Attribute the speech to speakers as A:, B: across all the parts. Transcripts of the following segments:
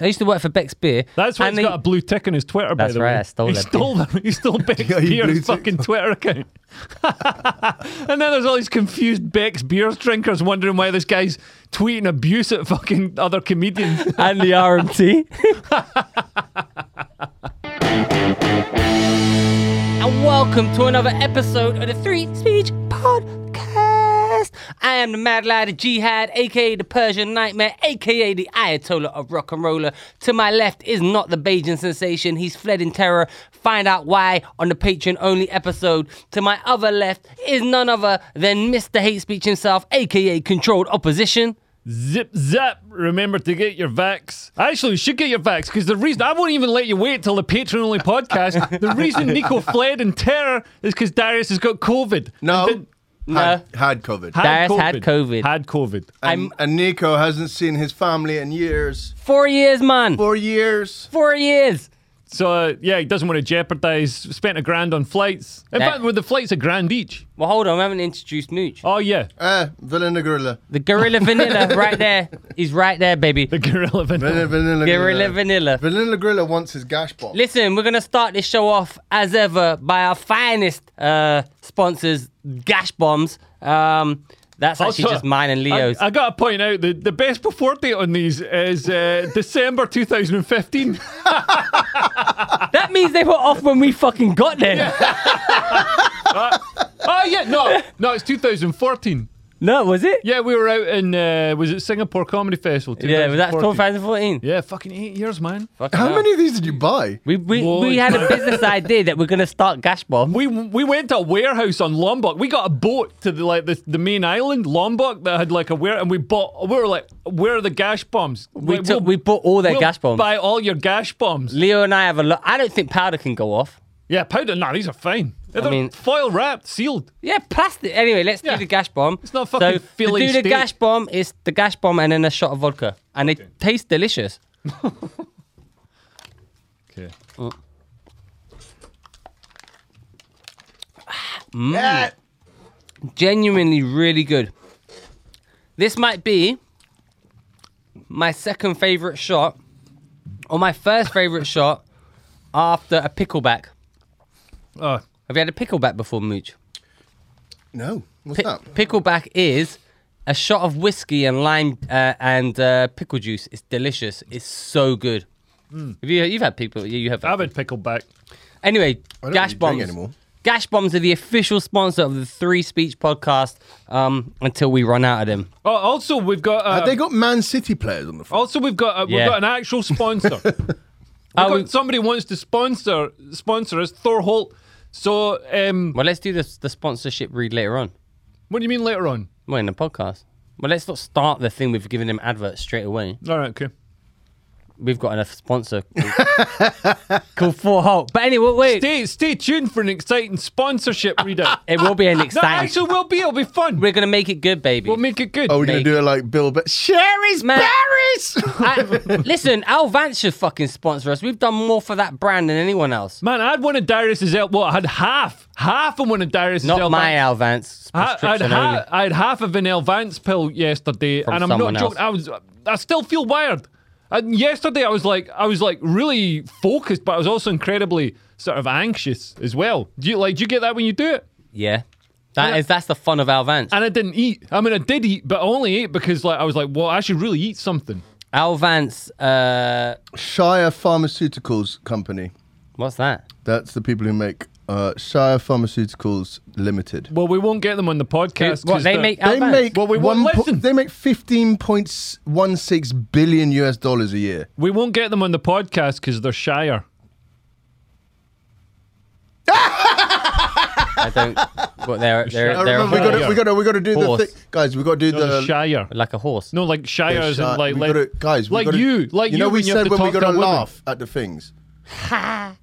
A: I used to work for Beck's Beer.
B: That's why
A: and
B: he's
A: they-
B: got a blue tick on his Twitter. by
A: That's
B: the
A: right,
B: way.
A: I stole
B: he
A: that
B: stole them. He stole Beck's
C: Yeah, you blue
B: Beer's
C: ticked
B: fucking
C: them.
B: Twitter account. and then there's all these confused Beck's Beers drinkers wondering why this guy's tweeting abuse at fucking other comedians.
A: and the RMT. and welcome to another episode of the Three Speech Podcast. I am the Mad Lad of Jihad, aka the Persian Nightmare, aka the Ayatollah of Rock and Roller. To my left is not the Bajan sensation. He's fled in terror. Find out why on the Patreon only episode. To my other left is none other than Mr. Hate Speech himself, aka Controlled Opposition.
B: Zip zap. Remember to get your vax. Actually, you should get your vax because the reason I won't even let you wait till the patron only podcast. the reason Nico fled in terror is because Darius has got COVID.
C: No.
B: And
C: Had, had COVID.
A: Darius had COVID.
B: Had COVID.
C: and, and Nico hasn't seen his family in years.
A: Four years, man.
C: Four years.
A: Four years.
B: So uh, yeah, he doesn't want to jeopardize. Spent a grand on flights. In
A: That-
B: fact, with the flights a grand each.
A: Well, hold on. We haven't introduced Mooch.
B: Oh yeah,
C: Eh, Vanilla Gorilla.
A: The Gorilla Vanilla right there. He's right there, baby.
B: the gorilla
C: Vanilla,
B: vanilla.
C: vanilla
A: Gorilla
C: Gorilla.
A: Vanilla.
C: Vanilla Gorilla wants his gash box.
A: Listen, we're going to start this show off as ever by our finest uh, sponsors, Gash Bombs. Um, that's actually
B: Also,
A: just mine and Leo's.
B: Oh, I, I gotta point out the, the best before date on these is uh, December 2015.
A: that means they were off when we fucking got there.
B: oh yeah, no, no, it's 2014.
A: No, was it?
B: Yeah, we were out in uh, was it Singapore Comedy Festival?
A: Yeah, was that
B: 2014?
A: 2014?
B: Yeah, fucking eight years, man.
A: Fucking
C: How
A: hell.
C: many of these did you buy?
A: We, we, we
B: Lord.
A: had a business idea that we're going to start Gash Bomb.
B: We we went to a warehouse on Lombok. We got a boat to the like the, the main island, Lombok, that had like a ware, and we bought. We were like, where are the gash bombs?
A: We, took, we bought all their
B: we'll
A: Gash Bombs.
B: Buy all your gash bombs.
A: Leo and I have a lot. I don't think powder can go off.
B: Yeah, powder. Nah, these are fine. They're
A: mean-
B: foil wrapped, sealed.
A: Yeah, plastic. Anyway, let's
B: Yeah.
A: do the gash bomb. It's
B: not fucking Philly
A: Do the
B: steak.
A: gash bomb is the gash bomb and then a shot of vodka, and they taste delicious.
B: Okay.
C: Yeah.
A: Mm, Genuinely, really good. This might be my second favorite shot, or my first favorite shot after a pickleback.
B: Uh,
A: Have you had a pickleback before, Mooch?
C: No. What's
A: Pi-
C: that?
A: Pickleback is a shot of whiskey and lime uh, and uh, pickle juice. It's delicious. It's so good.
B: Mm.
A: Have you, you've had pickle? Yeah, you have.
B: I've had pickleback.
A: Anyway,
C: I don't
A: Gash
C: really drink
A: Bombs.
C: anymore.
A: Gash Bombs are the official sponsor of the Three Speech podcast um, until we run out of them.
B: Oh, also we've got. Uh,
C: Have they got Man City players on the front?
B: also, we've got uh,
A: Yeah.
B: we've got an actual sponsor. We've
A: Oh,
B: got-
A: we-
B: somebody wants to sponsor sponsor us, Thor Holt. So, um,
A: Well, let's do this, the sponsorship read later on.
B: what do you mean later on?
A: Well, in the podcast. Well, let's not start the thing with giving them adverts straight away.
B: All right, okay.
A: We've got enough sponsor called- called Four Holt. But anyway, wait.
B: Stay stay tuned for an exciting sponsorship readout.
A: it will be an
B: no,
A: exciting.
B: actually, will be. It'll be fun.
A: We're going to make it good, baby.
B: We'll make it good.
C: Oh, we're going
A: Mate.
C: to do it like Bill But Sherry's
A: Man.
C: berries!
A: I, listen, Al Vance should fucking sponsor us. We've done more for that brand than anyone else.
B: Man, I had one of Darius's. El- well, I had half, half of one of Darius's.
A: Not
B: El-
A: my Al Vance.
B: I, I, had
A: prescription only.
B: ha- I had half of an Elvance pill yesterday,
A: From
B: and I'm not
A: someone
B: joking. I was, I still feel wired. And yesterday, I was like, I was like really focused, but I was also incredibly sort of anxious as well. Do you like? Do you get that when you do it?
A: Yeah. That
B: And I-
A: is that's the fun of Al Vance.
B: And I didn't eat. I mean, I did eat, but I only ate because like I was like, well, I should really eat something.
A: Al Vance, uh,
C: Shire Pharmaceuticals Company.
A: what's that?
C: That's the people who make uh, Shire Pharmaceuticals Limited.
B: Well, we won't get them on the podcast.
A: What
B: 'cause
A: they
B: they're-
A: make? Al
C: They
A: Vance?
C: make,
B: Well, we won't
C: one po-
B: listen.
C: they make 15.16 billion US dollars a year.
B: We won't get them on the podcast because they're shire.
A: I don't. What they're
B: I
A: they're,
C: I
A: they're
C: remember we
B: horse.
C: got we got to we got to do
A: Horse.
C: the thing, guys. We got to do
B: They're
C: the
B: shire.
A: like a horse.
B: No, like shire
C: Yeah,
B: is in
C: shy-
B: like
C: we
B: like
C: gotta- guys, we
B: like
C: gotta-
B: you, like you.
C: know, we
B: when you have to
C: said when we
B: talk
C: gotta
B: women.
C: laugh at the things.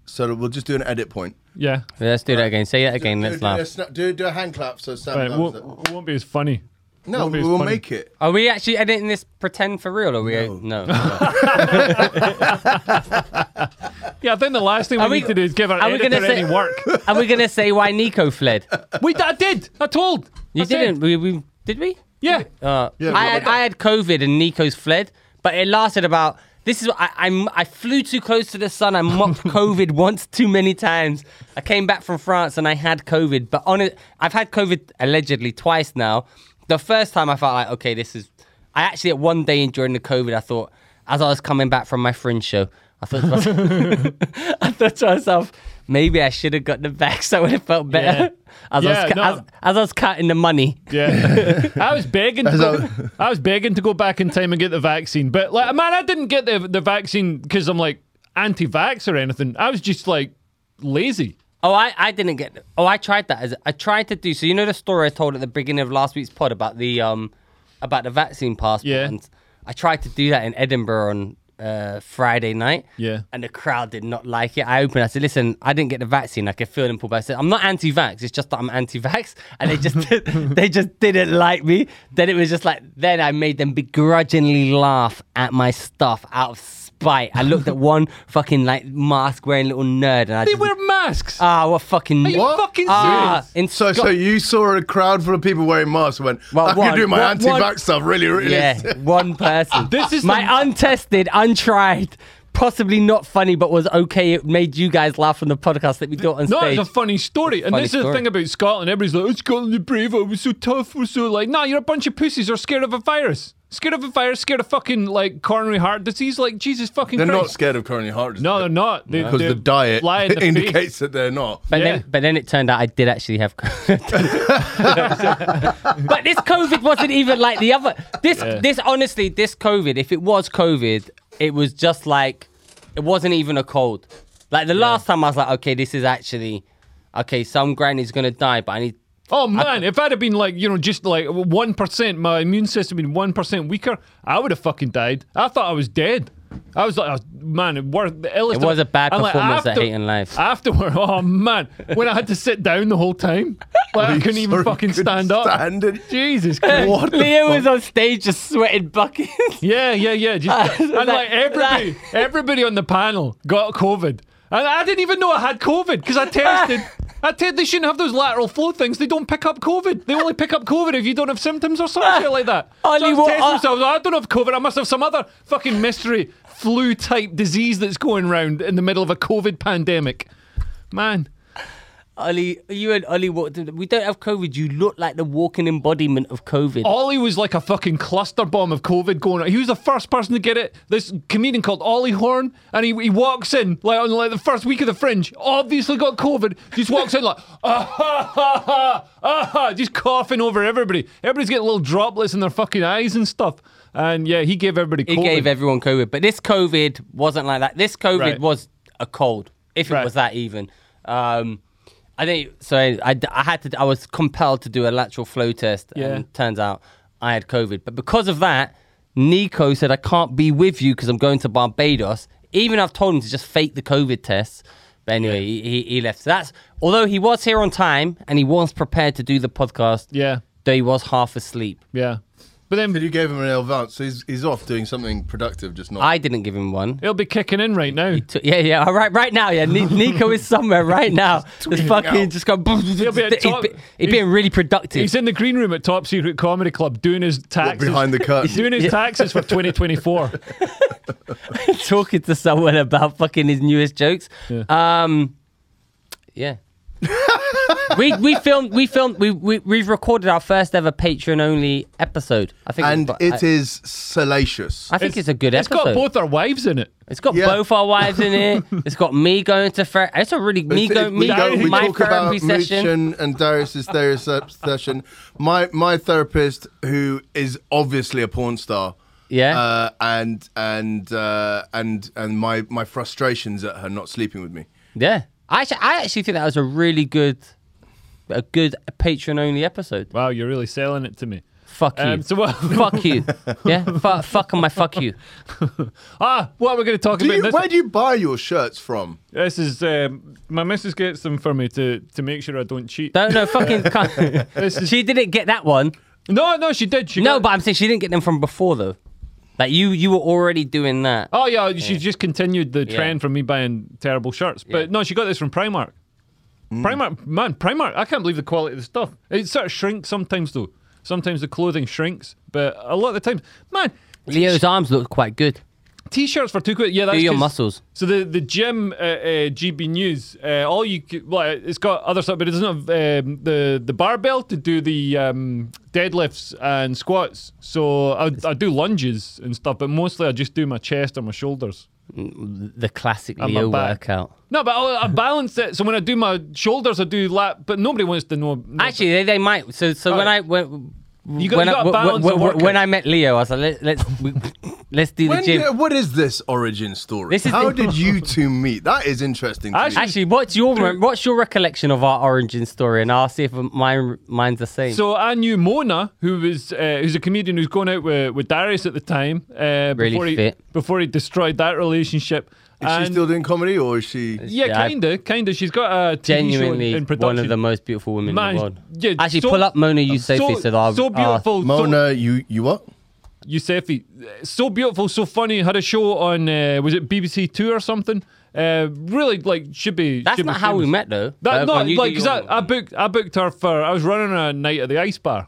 C: so we'll just do an edit point.
B: Yeah,
A: Let's do that again. Say that again.
C: do,
A: Let's
C: do, a
A: laugh.
C: sna- do, do a hand clap so Sam.
B: Right,
C: knows
B: won't,
C: it.
B: won't be as funny.
C: no,
B: won't be
C: we
B: as
C: will
B: funny.
C: make it.
A: Are we actually editing this pretend for real? Or are we? No.
B: Yeah, I think the last thing we,
A: Are we-
B: need to do is give our
A: are we
B: editor
A: gonna say-
B: any work.
A: Are we gonna say why Nico fled?
B: we, I did. I told.
A: You
B: I said.
A: didn't. We, we did we?
B: Yeah.
A: Uh,
C: Yeah,
A: I
C: we-
A: had I had COVID and Nico's fled, but it lasted about This is what I, I'm. I flew too close to the sun. I mocked COVID once too many times. I came back from France and I had COVID. But on it, I've had COVID allegedly twice now. The first time I felt like, okay, this is. I actually at one day during the COVID, I thought as I was coming back from my fringe show, I thought to myself, I thought to myself, maybe I should have got the vax. I would have felt better.
B: Yeah.
A: As, I
B: Yeah,
A: was, cu-
B: no.
A: as, as I was counting the money.
B: Yeah, I was begging. To
C: As
B: go,
C: I-
B: I was begging to go back in time and get the vaccine, but like, man, I didn't get the the vaccine because I'm like anti-vax or anything. I was just like lazy.
A: Oh, I, I didn't get. Oh, I tried that. As I tried to do. So you know the story I told at the beginning of last week's pod about the um about the vaccine passport.
B: Yeah.
A: And I tried to do that in Edinburgh on uh, Friday night.
B: Yeah.
A: And the crowd did not like it. I opened. I said, "Listen, I didn't get the vaccine. I could feel them pull back." I said, "I'm not anti-vax. It's just that I'm anti-vax." And they just they just didn't like me. Then it was just like then I made them begrudgingly laugh at my stuff out of spite. I looked at one fucking like mask wearing little nerd, and I
B: They
A: just,
B: wear masks.
A: Ah, what fucking
B: you
C: What?
B: fucking
A: ah
B: serious?
A: in
C: So, so
A: Scot-
C: you saw a crowd full of people wearing masks and went,
A: Well,
C: I
A: one-
C: could do my
A: one-
C: anti-vax
A: one-
C: stuff really, really.
A: yeah, one person.
B: This is
A: my
B: the-
A: untested, untried, possibly not funny, but was okay. It made you guys laugh on the podcast that we do it on
B: No,
A: stage.
B: it's a funny story. and
A: funny
B: this is
A: story.
B: the thing about Scotland. Everybody's like, oh, Scotland, you're brave. Oh, we're so tough. We're so like, nah, you're a bunch of pussies who are scared of a virus. Scared of a virus, scared of fucking like coronary heart disease. Like, Jesus fucking
C: They're not
B: Christ.
C: scared of coronary heart disease.
B: no, they're not. They,
C: Because
B: they
C: the diet
B: lie in the
C: indicates
B: face.
C: that they're not.
A: but
B: yeah.
A: then, but then it turned out I did actually have. COVID. but this COVID wasn't even like the other. This, this honestly, this COVID. If it was COVID, it was just like, it wasn't even a cold. Like the last time, I was like, okay, this is actually, okay, some granny's gonna die, but I need
B: Oh man, if I'd have been like, you know, just like one percent, my immune system been one percent weaker, I would have fucking died. I thought I was dead. I was like, oh, man, it, wor- the illest
A: It was a bad
B: And, like,
A: performance at
B: after-
A: Hating Life.
B: Afterward, oh man, when I had to sit down the whole time, like I couldn't even
C: Sorry,
B: fucking
C: couldn't
B: stand up.
C: stand it.
B: Jesus Christ.
C: What the
A: Leo
C: fuck?
A: was on stage just sweating buckets.
B: Yeah, yeah, yeah. Just, and
A: Uh, That-
B: like, everybody, everybody on the panel got COVID, and I didn't even know I had COVID because I tested. I tested. They shouldn't have those lateral flow things. They don't pick up COVID. They only pick up COVID if you don't have symptoms or some shit like that. So I
A: Only
B: was
A: what-
B: testing
A: I-
B: myself. I don't have COVID. I must have some other fucking mystery flu type disease that's going round in the middle of a COVID pandemic. Man,
A: Ollie, you and Ollie walked. in- We don't have COVID. You look like the walking embodiment of COVID.
B: Ollie was like a fucking cluster bomb of COVID going on. He was the first person to get it. This comedian called Ollie Horn, and he, he walks in like on like the first week of the Fringe. Obviously got COVID. Just walks in like ah ha ha ha ah ha, just coughing over everybody. Everybody's getting little droplets in their fucking eyes and stuff. And yeah, he gave everybody
A: It
B: COVID.
A: gave everyone COVID, but this COVID wasn't like that. This COVID
B: Right.
A: was a cold, if it
B: Right.
A: was that even. Um, I think so. I, I had to. I was compelled to do a lateral flow test,
B: Yeah.
A: and turns out I had COVID. But because of that, Nico said I can't be with you because I'm going to Barbados. Even I've told him to just fake the COVID tests. But anyway, he, he, he left. So that's although he was here on time and he was prepared to do the podcast.
B: yeah,
A: Though he was half asleep.
B: yeah. But then
C: But you gave him an advance, so he's, he's off doing something productive, just not.
A: I didn't give him one.
B: it'll be kicking in right now.
A: So- yeah, yeah. All right, right now, yeah. Ni- Nico is somewhere right now. Just
C: tweeting
A: fucking
C: out.
A: just going. He's,
B: be at top-
A: be- he's being really productive.
B: He's in the green room at Top Secret Comedy Club doing his taxes.
C: behind the curtain.
B: Doing his taxes for 2024.
A: talking to someone about fucking his newest jokes.
B: Yeah.
A: Um, yeah. we we filmed we filmed we, we we've recorded our first ever Patreon only episode. I think
C: and
A: it
C: it
A: was- I,
C: is salacious.
A: I think it's, a good
B: It's
A: episode.
B: got both our wives in it.
A: It's got
C: Yeah.
A: both our wives in it. It's got me going to therapy. It's a really me
C: It's-
A: go
C: it-
A: me go
C: we
A: my
C: talk about
A: therapy session.
C: Moochin and Darius's therapy session. My my therapist, who is obviously a porn star,
A: Yeah.
C: uh, and and uh, and and my my frustrations at her not sleeping with me.
A: Yeah, I actually, I actually think that was a really good, a good Patreon only episode.
B: Wow, you're really selling it to me.
A: Fuck you.
B: Um, so what?
A: fuck you. Yeah, Fu fuck my fuck you.
B: ah, what are we going to talk
C: Do
B: about?
C: you,
B: this?
C: where do you buy your shirts from?
B: this is um, my missus gets them for me to to make sure I don't cheat.
A: No, no, fucking. cunt.
B: This is-
A: she didn't get that one.
B: no, no, she did. She
A: No,
B: got-
A: but I'm saying she didn't get them from before though. Like you, you were already doing that.
B: oh yeah, she just continued the
A: Yeah.
B: trend from me buying terrible shirts. But no, she got this from Primark. Primark, man, Primark. I can't believe the quality of the stuff. It sort of shrinks sometimes though. Sometimes the clothing shrinks, but a lot of the times, man,
A: Leo's arms looked quite good.
B: T-shirts for two quid. Yeah, that's
A: your
B: 'cause-
A: muscles.
B: So the the gym uh, uh, GB News, uh, all you c- well, it's got other stuff, but it doesn't have um, the the barbell to do the um, deadlifts and squats. So I, I do lunges and stuff, but mostly I just do my chest and my shoulders.
A: The classic
B: And my
A: Leo
B: back.
A: workout.
B: No, but I, I balance it. So when I do my shoulders, I do lat. But nobody wants to know. know-
A: Actually, they, they might. So so when
B: Alright.
A: I when
B: You got-
A: when,
B: you
A: I,
B: gotta balance
A: when,
B: the
A: when,
B: workout.
A: when I met Leo, I was like, Let, let's we, let's do the
C: When
A: gym.
C: did- what is this origin story?
A: This is
C: How
A: the-
C: did you two meet? That is interesting. To me.
B: Actually-
A: Actually, what's your re- what's your recollection of our origin story? And I'll see if mine mine's the same.
B: So I knew Mona, who was uh, who's a comedian who's going out with, with Darius at the time. Uh,
A: Really
B: before he,
A: fit.
B: Before he destroyed that relationship.
C: is she
B: And-
C: still doing comedy or is she?
A: Yeah,
B: yeah,
A: I-
B: kinda, kinda. She's got a TV
A: genuinely
B: show in production.
A: one of the most beautiful women
B: Man,
A: in the world.
B: yeah,
A: Actually,
B: so-
A: pull up Mona Yusefi so, that our,
B: so beautiful, so-
C: Mona, you you what?
B: Yousefy, so beautiful, so funny. Had a show on uh, was it BBC Two or something? Uh, really, like should be.
A: that's
B: should be
A: not how we
B: famous.
A: met though.
B: That,
A: Uh,
B: no,
A: when you do
B: like 'cause
A: your-
B: I, I booked I booked her for I was running a night at the Ice Bar.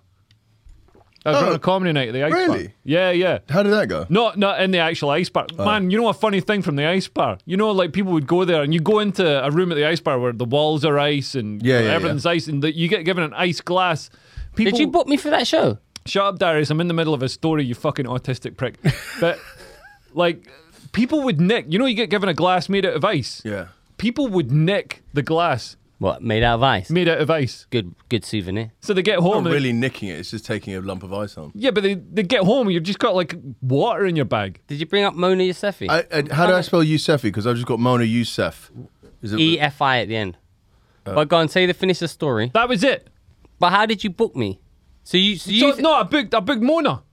B: I was
C: Oh.
B: running a comedy night at the Ice Bar.
C: Really?
B: Yeah, yeah.
C: How did that go?
B: Not not in the actual ice bar.
C: Oh.
B: Man, you know a funny thing from the ice bar. You know, like people would go there and you go into a room at the ice bar where the walls are ice and
C: Yeah, yeah,
B: everything's ice, and that you get given an ice glass. People,
A: Did you book me for that show?
B: Shut up, Darius. I'm in the middle of a story, you fucking autistic prick. But, like, people would nick. You know, you get given a glass made out of ice.
C: Yeah.
B: People would nick the glass
A: What made out of ice?
B: made out of ice.
A: Good, good souvenir.
B: So they get home.
C: Not
B: and they-
C: really nicking it. It's just taking a lump of ice on.
B: yeah, but they, they get home and you've just got, like, water in your bag.
A: Did you bring up Mona Yusefi?
C: I, I, how do I spell Yousefy? Because I've just got Mona Yousef. Is it?
A: E F I at the end. but go on, say the finish the story.
B: That was it.
A: But how did you book me? So you, so you
B: So,
A: th-
B: no, I booked. I booked Mona.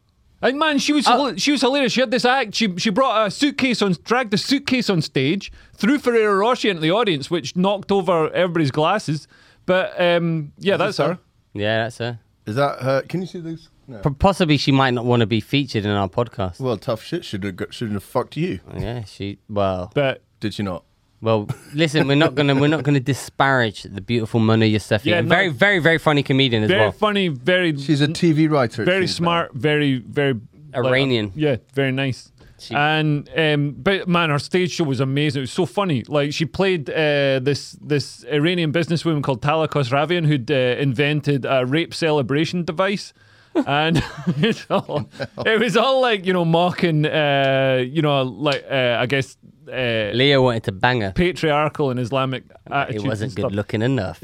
B: And man, she was hila- she was hilarious. She had this act. She she brought a suitcase on, dragged a suitcase on stage, threw Ferrero Rocher into the audience, which knocked over everybody's glasses. But um, yeah, that's her.
A: yeah, that's her.
C: is that her? Can you see this? No.
A: P- Possibly she might not want to be featured in our podcast.
C: Well, tough shit. Should have got- shouldn't have fucked you.
A: Yeah, she. Well,
B: But
C: Did she not?
A: well. Listen, we're not gonna we're not gonna disparage the beautiful Mona Yousafzai.
B: Yeah,
A: And
B: no.
A: very very very funny comedian as
B: very
A: well.
B: funny, very
C: She's a TV writer. it
B: very
C: seems,
B: smart, very very like,
A: Iranian.
B: yeah, very nice.
A: She-
B: and um, but man, her stage show was amazing. It was so funny. Like she played uh, this this Iranian businesswoman called Tala Khosravian who'd uh, invented a rape celebration device. and it's all, it was all like you know mocking uh, you know like uh, I guess uh,
A: Leo wanted to bang her.
B: patriarchal and Islamic attitudes.
A: It
B: and
A: wasn't
B: stuff.
A: good looking enough.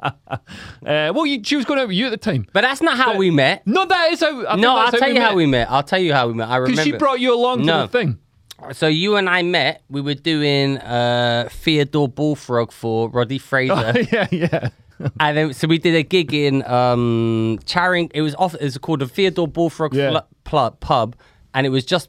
B: Uh, well, you, she was going out with you at the time.
A: But that's not how we met.
B: No, that is how. I think
A: No,
B: that's
A: I'll tell you
B: met.
A: how we met. I'll tell you how we met. I remember.
B: Because she brought you along
A: No.
B: to the thing.
A: so you and I met. We were doing uh, Theodore Bullfrog for Roddy Fraser.
B: yeah, yeah.
A: And then, so we did a gig in um, Charing. It was off. It was called the Theodore Bullfrog
B: Yeah.
A: Fl- pl- Pub, and it was just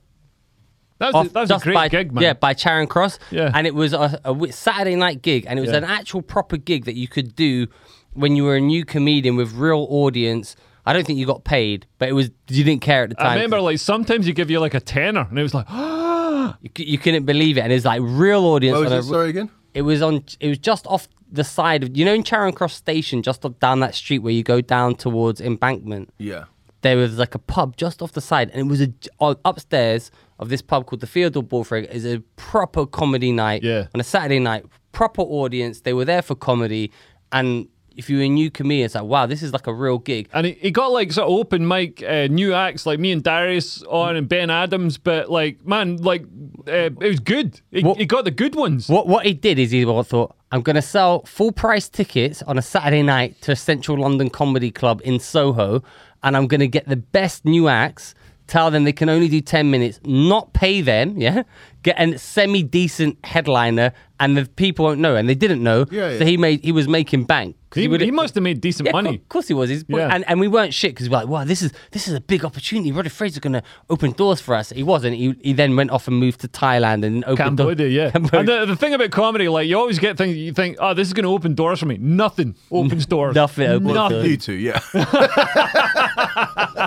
B: That was,
A: off.
B: a, that was Oh, a
A: just
B: great
A: by,
B: gig, man.
A: Yeah, by Charing Cross.
B: Yeah.
A: and it was a, a wi- Saturday night gig, and it was
B: Yeah.
A: an actual proper gig that you could do when you were a new comedian with real audience. I don't think you got paid, but it was you didn't care at the time.
B: I remember, like, sometimes you give you like a tenner, and it was like,
A: you, c- you couldn't believe it, and it was like real audience.
C: But. What
A: on
C: was it?
A: a-
C: Sorry again.
A: It was on. It was just off the side of you know in Charing Cross Station, just up down that street where you go down towards Embankment.
C: Yeah.
A: there was like a pub just off the side, and it was a, on, upstairs of this pub called the Theodore Bullfrog. Is a proper comedy night
B: Yeah.
A: on a Saturday night, proper audience. They were there for comedy, and if you were a new comedian, it's like wow, this is like a real gig.
B: and it, it got like sort of open mic, uh, new acts like me and Darius on and Ben Adams, but like, man, like, uh, it was good. It,
A: What-
B: it got the good ones.
A: What what he did is he thought I'm going to sell full price tickets on a Saturday night to a Central London comedy club in Soho, and I'm going to get the best new acts. Tell them they can only do ten minutes, not pay them, yeah. Get a semi decent headliner, and the people won't know, and they didn't know.
C: Yeah, yeah.
A: So he made he was making bank. 'Cause
B: He,
A: would-
B: he must have made decent
A: yeah,
B: money.
A: Of course he was. He's,
B: Yeah.
A: and, and we weren't shit because we were like, wow, this is this is a big opportunity. Roddy Fraser's going to open doors for us. He wasn't. He, he then went off and moved to Thailand and opened doors-
B: Cambodia, yeah.
A: Cambodia.
B: And the, the thing about comedy, like, you always get things you think, oh, this is going to open doors for me. Nothing opens doors.
A: Nothing opens
B: Nothing.
A: doors.
C: You two. Yeah.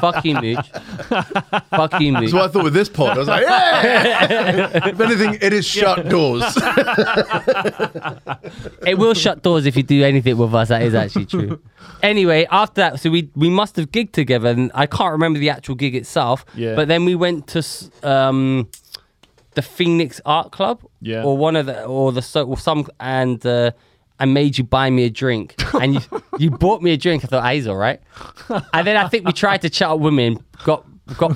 A: Fuck you, Mooch. Fuck you, Mooch.
C: That's what I thought with this pod. I was like, yeah. if anything, it is shut doors.
A: It will shut doors if you do anything with us. That is actually true. anyway, after that, so we we must have gigged together, and I can't remember the actual gig itself.
B: Yeah.
A: But then we went to s- um, the Phoenix Art Club.
B: Yeah.
A: Or one of the or the so or some and. Uh, I made you buy me a drink, and you, you bought me a drink. I thought, ah, he's all right. And then I think we tried to chat up women, got got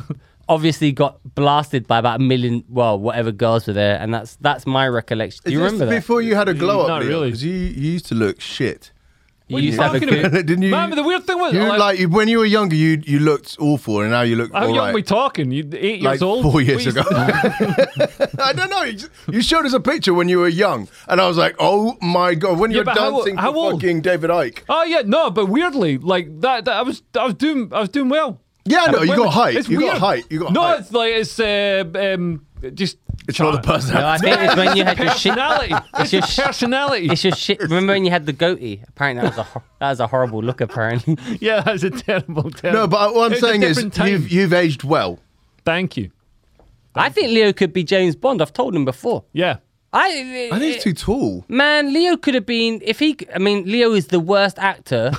A: obviously got blasted by about a million, well, whatever girls were there, and that's that's my recollection. Do you
C: Is this
A: remember that?
C: Before you had a glow up,
B: Not
C: Leo?
B: really.
C: 'Cause you, you used to look shit.
A: You
B: What are
A: used to have a
B: talking
A: good,
B: about?
C: Didn't you-
B: Man, but the weird thing was,
C: You
B: like,
C: like you, when you were younger, you you looked awful, and now you look
B: how
C: all
B: young
C: right.
B: we talking? You eight
C: like
B: years old?
C: four
B: What
C: years
B: you-
C: ago. I don't know. You, just- you showed us a picture when you were young, and I was like, "Oh my god!" When you
B: Yeah,
C: were
B: but how-
C: dancing
B: how
C: for
B: old?
C: fucking David Ike.
B: Oh yeah, no, but weirdly, like that, that I was, I was doing, I was doing well.
C: Yeah, I know, you
B: Wait,
C: got
B: wait,
C: height.
B: it's
C: You got
B: weird.
C: height. You got
B: No,
C: height.
B: it's like it's uh, um, just
C: It's
A: No,
C: not the
A: I
C: personality.
A: think it's when you had your shit.
B: personality. it's
A: your
B: your
A: sh-
B: personality.
A: It's your shit. Remember when you had the goatee? Apparently that was a hor- that was a horrible look. Apparently,
B: yeah, that's a terrible, terrible.
C: No, but what I'm
B: It was a
C: saying is,
B: different time.
C: you've you've aged well.
B: thank you.
A: I think Leo could be James Bond. I've told him before.
B: Yeah,
A: I, uh,
C: I think he's too tall.
A: man, Leo could have been if he. I mean, Leo is the worst actor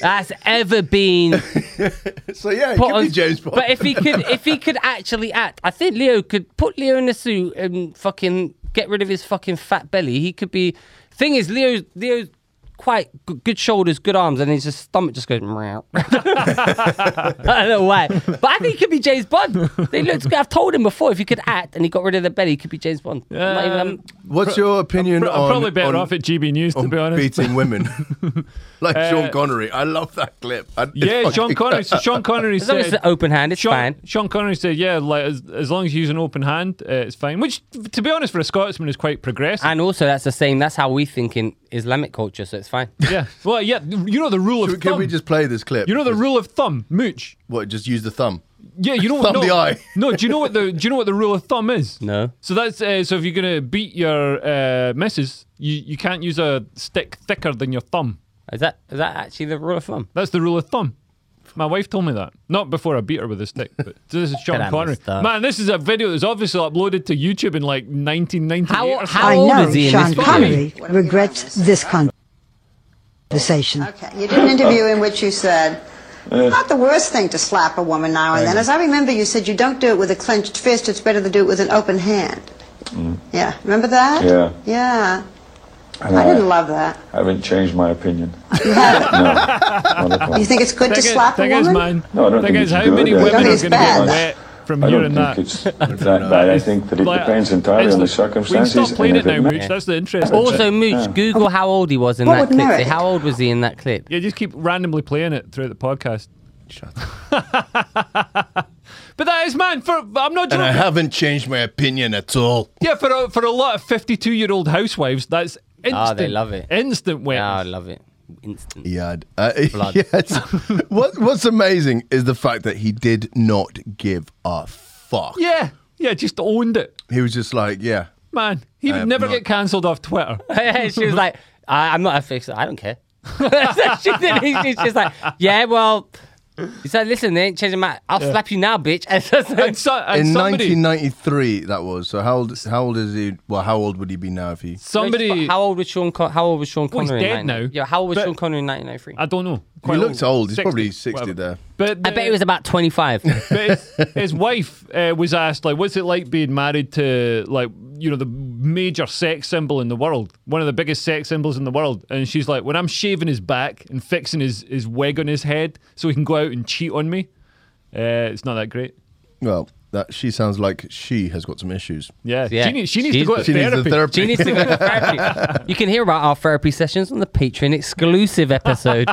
A: that's ever been
C: So yeah, it
A: put
C: could
A: on.
C: be James Bond.
A: But if he could, if he could actually act, I think Leo could put Leo in a suit and fucking get rid of his fucking fat belly. He could be. Thing is, Leo, Leo's quite g- good shoulders, good arms, and his just stomach just goes. meow. I don't know why, but I think he could be James Bond. They looked. good. I've told him before if he could act and he got rid of the belly, he could be James Bond. I'm not even- um, I'm-
C: What's your opinion
B: Pro- I'm
C: on
B: probably better
C: on-
B: off at GB News to
C: on
B: be honest.
C: beating women, like
B: Uh,
C: Sean Connery. I love that clip. I, it's
B: yeah,
C: fucking-
B: Sean Connery. So Sean Connery
A: as long as
B: said.
A: it's open hand, it's
B: Sean,
A: fine.
B: Sean Connery said, "Yeah, like as, as long as you use an open hand, uh, it's fine." Which, to be honest, for a Scotsman, is quite progressive.
A: And also, that's the same. That's how we think in Islamic culture, so it's fine.
B: yeah, well, yeah, you know the rule
C: Should we-
B: of
C: Can
B: thumb.
C: we just play this clip?
B: you know the
C: Just-
B: rule of thumb, mooch.
C: What? Just use the thumb.
B: Yeah, you know
C: Thumb
B: no,
C: the eye.
B: No, do you know what the do you know what the rule of thumb is?
A: No.
B: So that's uh, so if you're gonna beat your uh, missus, you you can't use a stick thicker than your thumb.
A: Is that is that actually the rule of thumb?
B: That's the rule of thumb. My wife told me that. Not before I beat her with a stick, but so this is Sean
A: Damn,
B: Connery.
A: that's tough.
B: Man, this is a video that's obviously uploaded to YouTube in like 1998
A: How-
B: or
A: how-
B: something.
D: I
A: old
D: know
A: is he in
D: Sean
A: this video?
D: Connery regrets this conversation.
E: Okay, you did an interview in which you said, not the worst thing to slap a woman now and then. As I remember, you said you don't do it with a clenched fist, it's better to do it with an open hand. Yeah, remember that?
F: Yeah.
E: Yeah.
F: And
E: I didn't love that.
F: haven't changed my opinion.
E: You haven't.
F: Not at all.
E: You think it's good to
B: Thing is-
E: slap a
B: thing is,
E: woman?
B: man.
F: No, I don't
B: thing
F: think
B: is,
F: it's
B: how
F: good.
B: many
F: I
B: women are
E: think
B: going
E: it's
B: to
E: bad.
B: get wet from
F: I
B: hearing
F: don't
B: that?
F: think it's that bad. I think that it
B: Like,
F: depends entirely
B: it's
F: on the
B: like-
F: circumstances.
B: We can stop playing
F: and
B: it
F: if
B: now,
F: ma-
B: Mooch. That's the interesting.
A: Also,
B: thing.
A: Mooch, Google how old he was in
E: What
A: that
E: would
A: clip.
E: merit
A: See,
E: it?
A: How old was he in that clip?
B: yeah, just keep randomly playing it throughout the podcast.
C: Shut
B: But that is, man. For I'm not
C: And I
B: joking.
C: haven't changed my opinion at all.
B: Yeah, for a, for a lot of 52 year old housewives, that's instant.
A: Ah, they love it.
B: Instant wet.
A: Ah, I love it. Instant.
C: Yeah. Uh,
A: Blood.
C: yes. what, what's amazing is the fact that he did not give a fuck.
B: yeah, yeah, just owned it,
C: He was just like, yeah.
B: man. He
C: I
B: would
C: have
B: never
C: not-
B: get cancelled off Twitter.
A: she was like, I, I'm not a fixer. I don't care. she did, she's just like, yeah, well. He said, listen, they ain't changing my. I'll slap you now, bitch. And so-
B: And, so, and
C: In
B: somebody,
C: 1993, that was. So how old? How old is he? Well, how old would he be now if he?
B: somebody,
A: How old was Sean? Con- how old was Sean
B: Well, he's
A: Connery? in
B: dead
A: 1990?
B: now,
A: Yeah, how old was
B: but-
A: Sean Connery in oh 1993?
B: I don't know. Quite
C: he looks old. He's probably 60
B: whatever.
C: there.
B: But
A: I bet he was about 25.
B: But his, his wife uh, was asked, like, what's it like being married to, like, you know, the major sex symbol in the world, one of the biggest sex symbols in the world? And she's like, when I'm shaving his back and fixing his, his wig on his head so he can go out and cheat on me, uh, it's not that great.
C: Well, that she sounds like she has got some issues.
B: Yeah.
A: Yeah.
B: She, needs, she needs
A: She's-
B: to go to
C: She
B: therapy.
C: needs the therapy.
A: She needs to go to therapy. You can hear about our therapy sessions on the Patreon exclusive episode.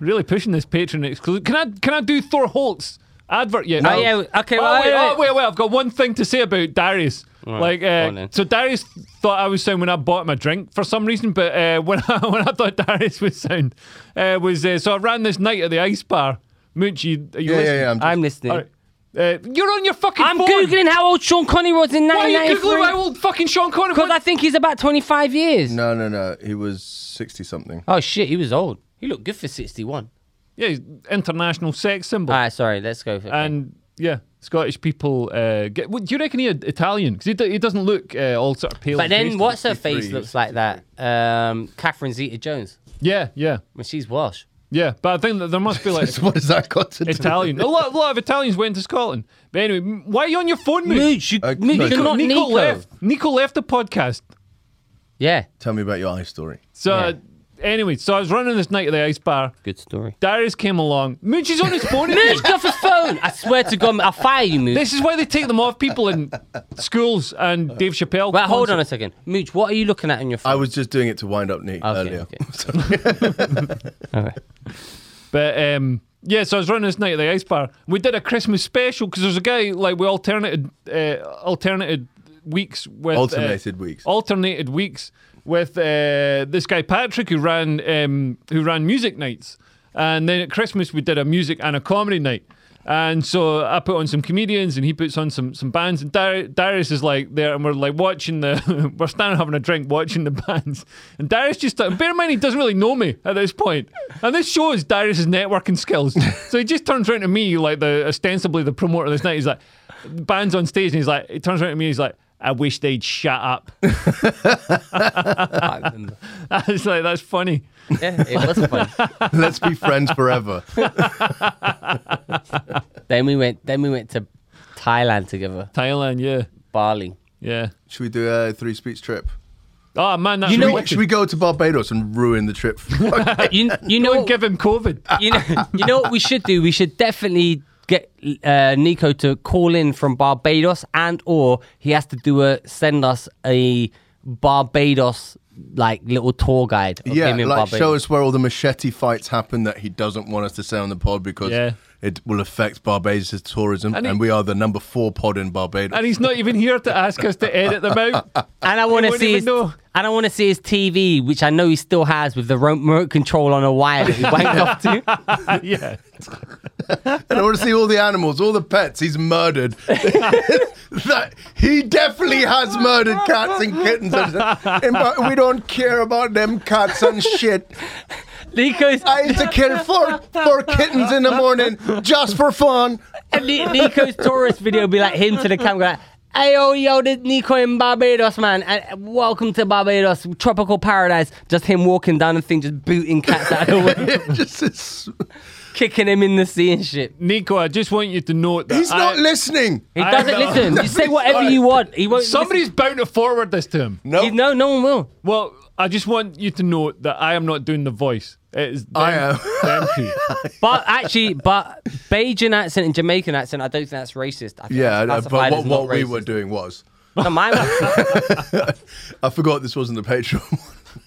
B: Really pushing this patron exclusive. Can I, can I do Thor Holt's advert yet?
A: Oh, yeah, okay,
B: Oh,
A: well,
B: wait,
A: wait,
B: oh,
A: wait.
B: wait, wait. I've got one thing to say about Darius. like,
A: on
B: uh,
A: then.
B: so Darius thought I was sound when I bought him a drink for some reason, but uh, when I, when I thought Darius was sound uh, was uh, so I ran this night at the ice bar. Mooch, you, are you
C: Yeah, yeah,
B: listening?
C: yeah. I'm just,
A: I'm listening.
B: All right. Uh, you're on your fucking
A: I'm
B: phone.
A: googling how old Sean Connery was in oh
B: Why are you
A: 1993.
B: googling my old fucking Sean Connery?
A: Because I think he's about 25 years.
C: no, no, no. He was 60 something.
A: Oh shit, he was old. He looked good for 61.
B: yeah, he's international sex symbol.
A: All right, sorry. Let's go for it.
B: and yeah, Scottish people uh, get. What, do you reckon he had Italian? Because he, do- he doesn't look uh, all sort of pale.
A: But then
B: faced.
A: what's her face
C: 53,
A: looks like that? Um, Catherine Zeta-Jones.
B: Yeah, yeah,
A: I mean, she's Welsh.
B: yeah. But I think that there must be like
C: what has that got to do? with
B: Italian.
C: it?
B: A lot, a lot of Italians went to Scotland. But anyway, m- why are you on your phone, mate?
A: Mooch, you,
C: Uh,
A: Mooch,
C: Nico-
A: you're not Nico.
B: left. Nico left the podcast.
A: Yeah,
C: Tell me about your eye story.
B: So
A: Yeah.
B: anyway, so I was running this night at the ice bar.
A: good story.
B: Darius came along. Mooch is on his phone. again.
A: Mooch, get off the phone. I swear to God, I'll fire you, Mooch.
B: This is why they take them off people in schools and Dave Chappelle.
A: Right, hold on a
B: concerts.
A: second. Mooch, what are you looking at on your phone?
C: I was just doing it to wind up Nick
A: Okay,
C: earlier.
A: okay.
C: Sorry.
B: But um, yeah, so I was running this night at the ice bar. We did a Christmas special because there's a guy like we alternated uh, alternated weeks with uh,
C: Alternated weeks.
B: alternated weeks with uh, this guy Patrick who ran um, who ran music nights, and then at Christmas we did a music and a comedy night. And so I put on some comedians, and he puts on some some bands. And Dar- Darius is like there, and we're like watching the we're standing having a drink, watching the bands. And Darius just bear in mind he doesn't really know me at this point, and this shows Darius's networking skills. so he just turns around to me, like the ostensibly the promoter of this night. He's like, bands on stage, and he's like, he turns around to me, he's like, I wish they'd shut up.
A: can't
B: I was like, that's funny.
A: yeah, it was fun.
C: Let's be friends forever.
A: then we went. Then we went to Thailand together,
B: Thailand, yeah.
A: Bali.
B: Yeah.
C: Should we do a three speech trip?
B: Oh, man, that's
A: You know-
C: Should we-
B: wicked.
C: Should we go to Barbados and ruin the trip?
A: You, you know,
B: Don't
A: what,
B: give him COVID.
A: you know, you know what we should do. We should definitely get uh, Nico to call in from Barbados, and or he has to do a send us a Barbados like little tour guide. Of
C: yeah,
A: him in
C: like
A: Barbados.
C: show us where all the machete fights happen that he doesn't want us to say on the pod because
B: Yeah.
C: it will affect Barbados' tourism,
B: And
C: and,
B: he-
C: we are the number four pod in Barbados.
B: And he's not even here to ask us to edit them out.
A: And I want to
B: won't
A: see
B: even
A: his,
B: know.
A: and I want to see his TV, which I know he still has with the remote control on a wire that he wanked off to.
B: yeah.
C: And I want to see all the animals, all the pets he's murdered. that he definitely has murdered cats and kittens. And, and but we don't care about them cats and shit.
A: Nico's
C: I used to kill four four kittens in the morning just for fun.
A: and Ni- Nico's tourist video be like him to the camera. Like, Hey yo yo, this Nico in Barbados man, and welcome to Barbados, tropical paradise. Just him walking down the thing, just booting cats out of the way,
C: just this-
A: kicking him in the sea and shit.
B: Nico, I just want you to note that.
C: he's not
B: I-
C: listening.
A: He
B: I
A: doesn't
B: know.
A: listen. You say whatever you want. He won't.
B: Somebody's bound to forward this to him.
C: No,
A: listen. He- no, no one will.
B: Well, I just want you to note that I am not doing the voice. It is them,
C: I am.
B: them two.
A: But actually, but Bajan accent and Jamaican accent, I don't think that's racist. I think
C: Yeah,
A: that's
C: uh,
A: classified
C: but
A: as
C: what,
A: not
C: what we
A: racist.
C: were doing was
A: No, mine was-
C: I forgot this wasn't the Patreon.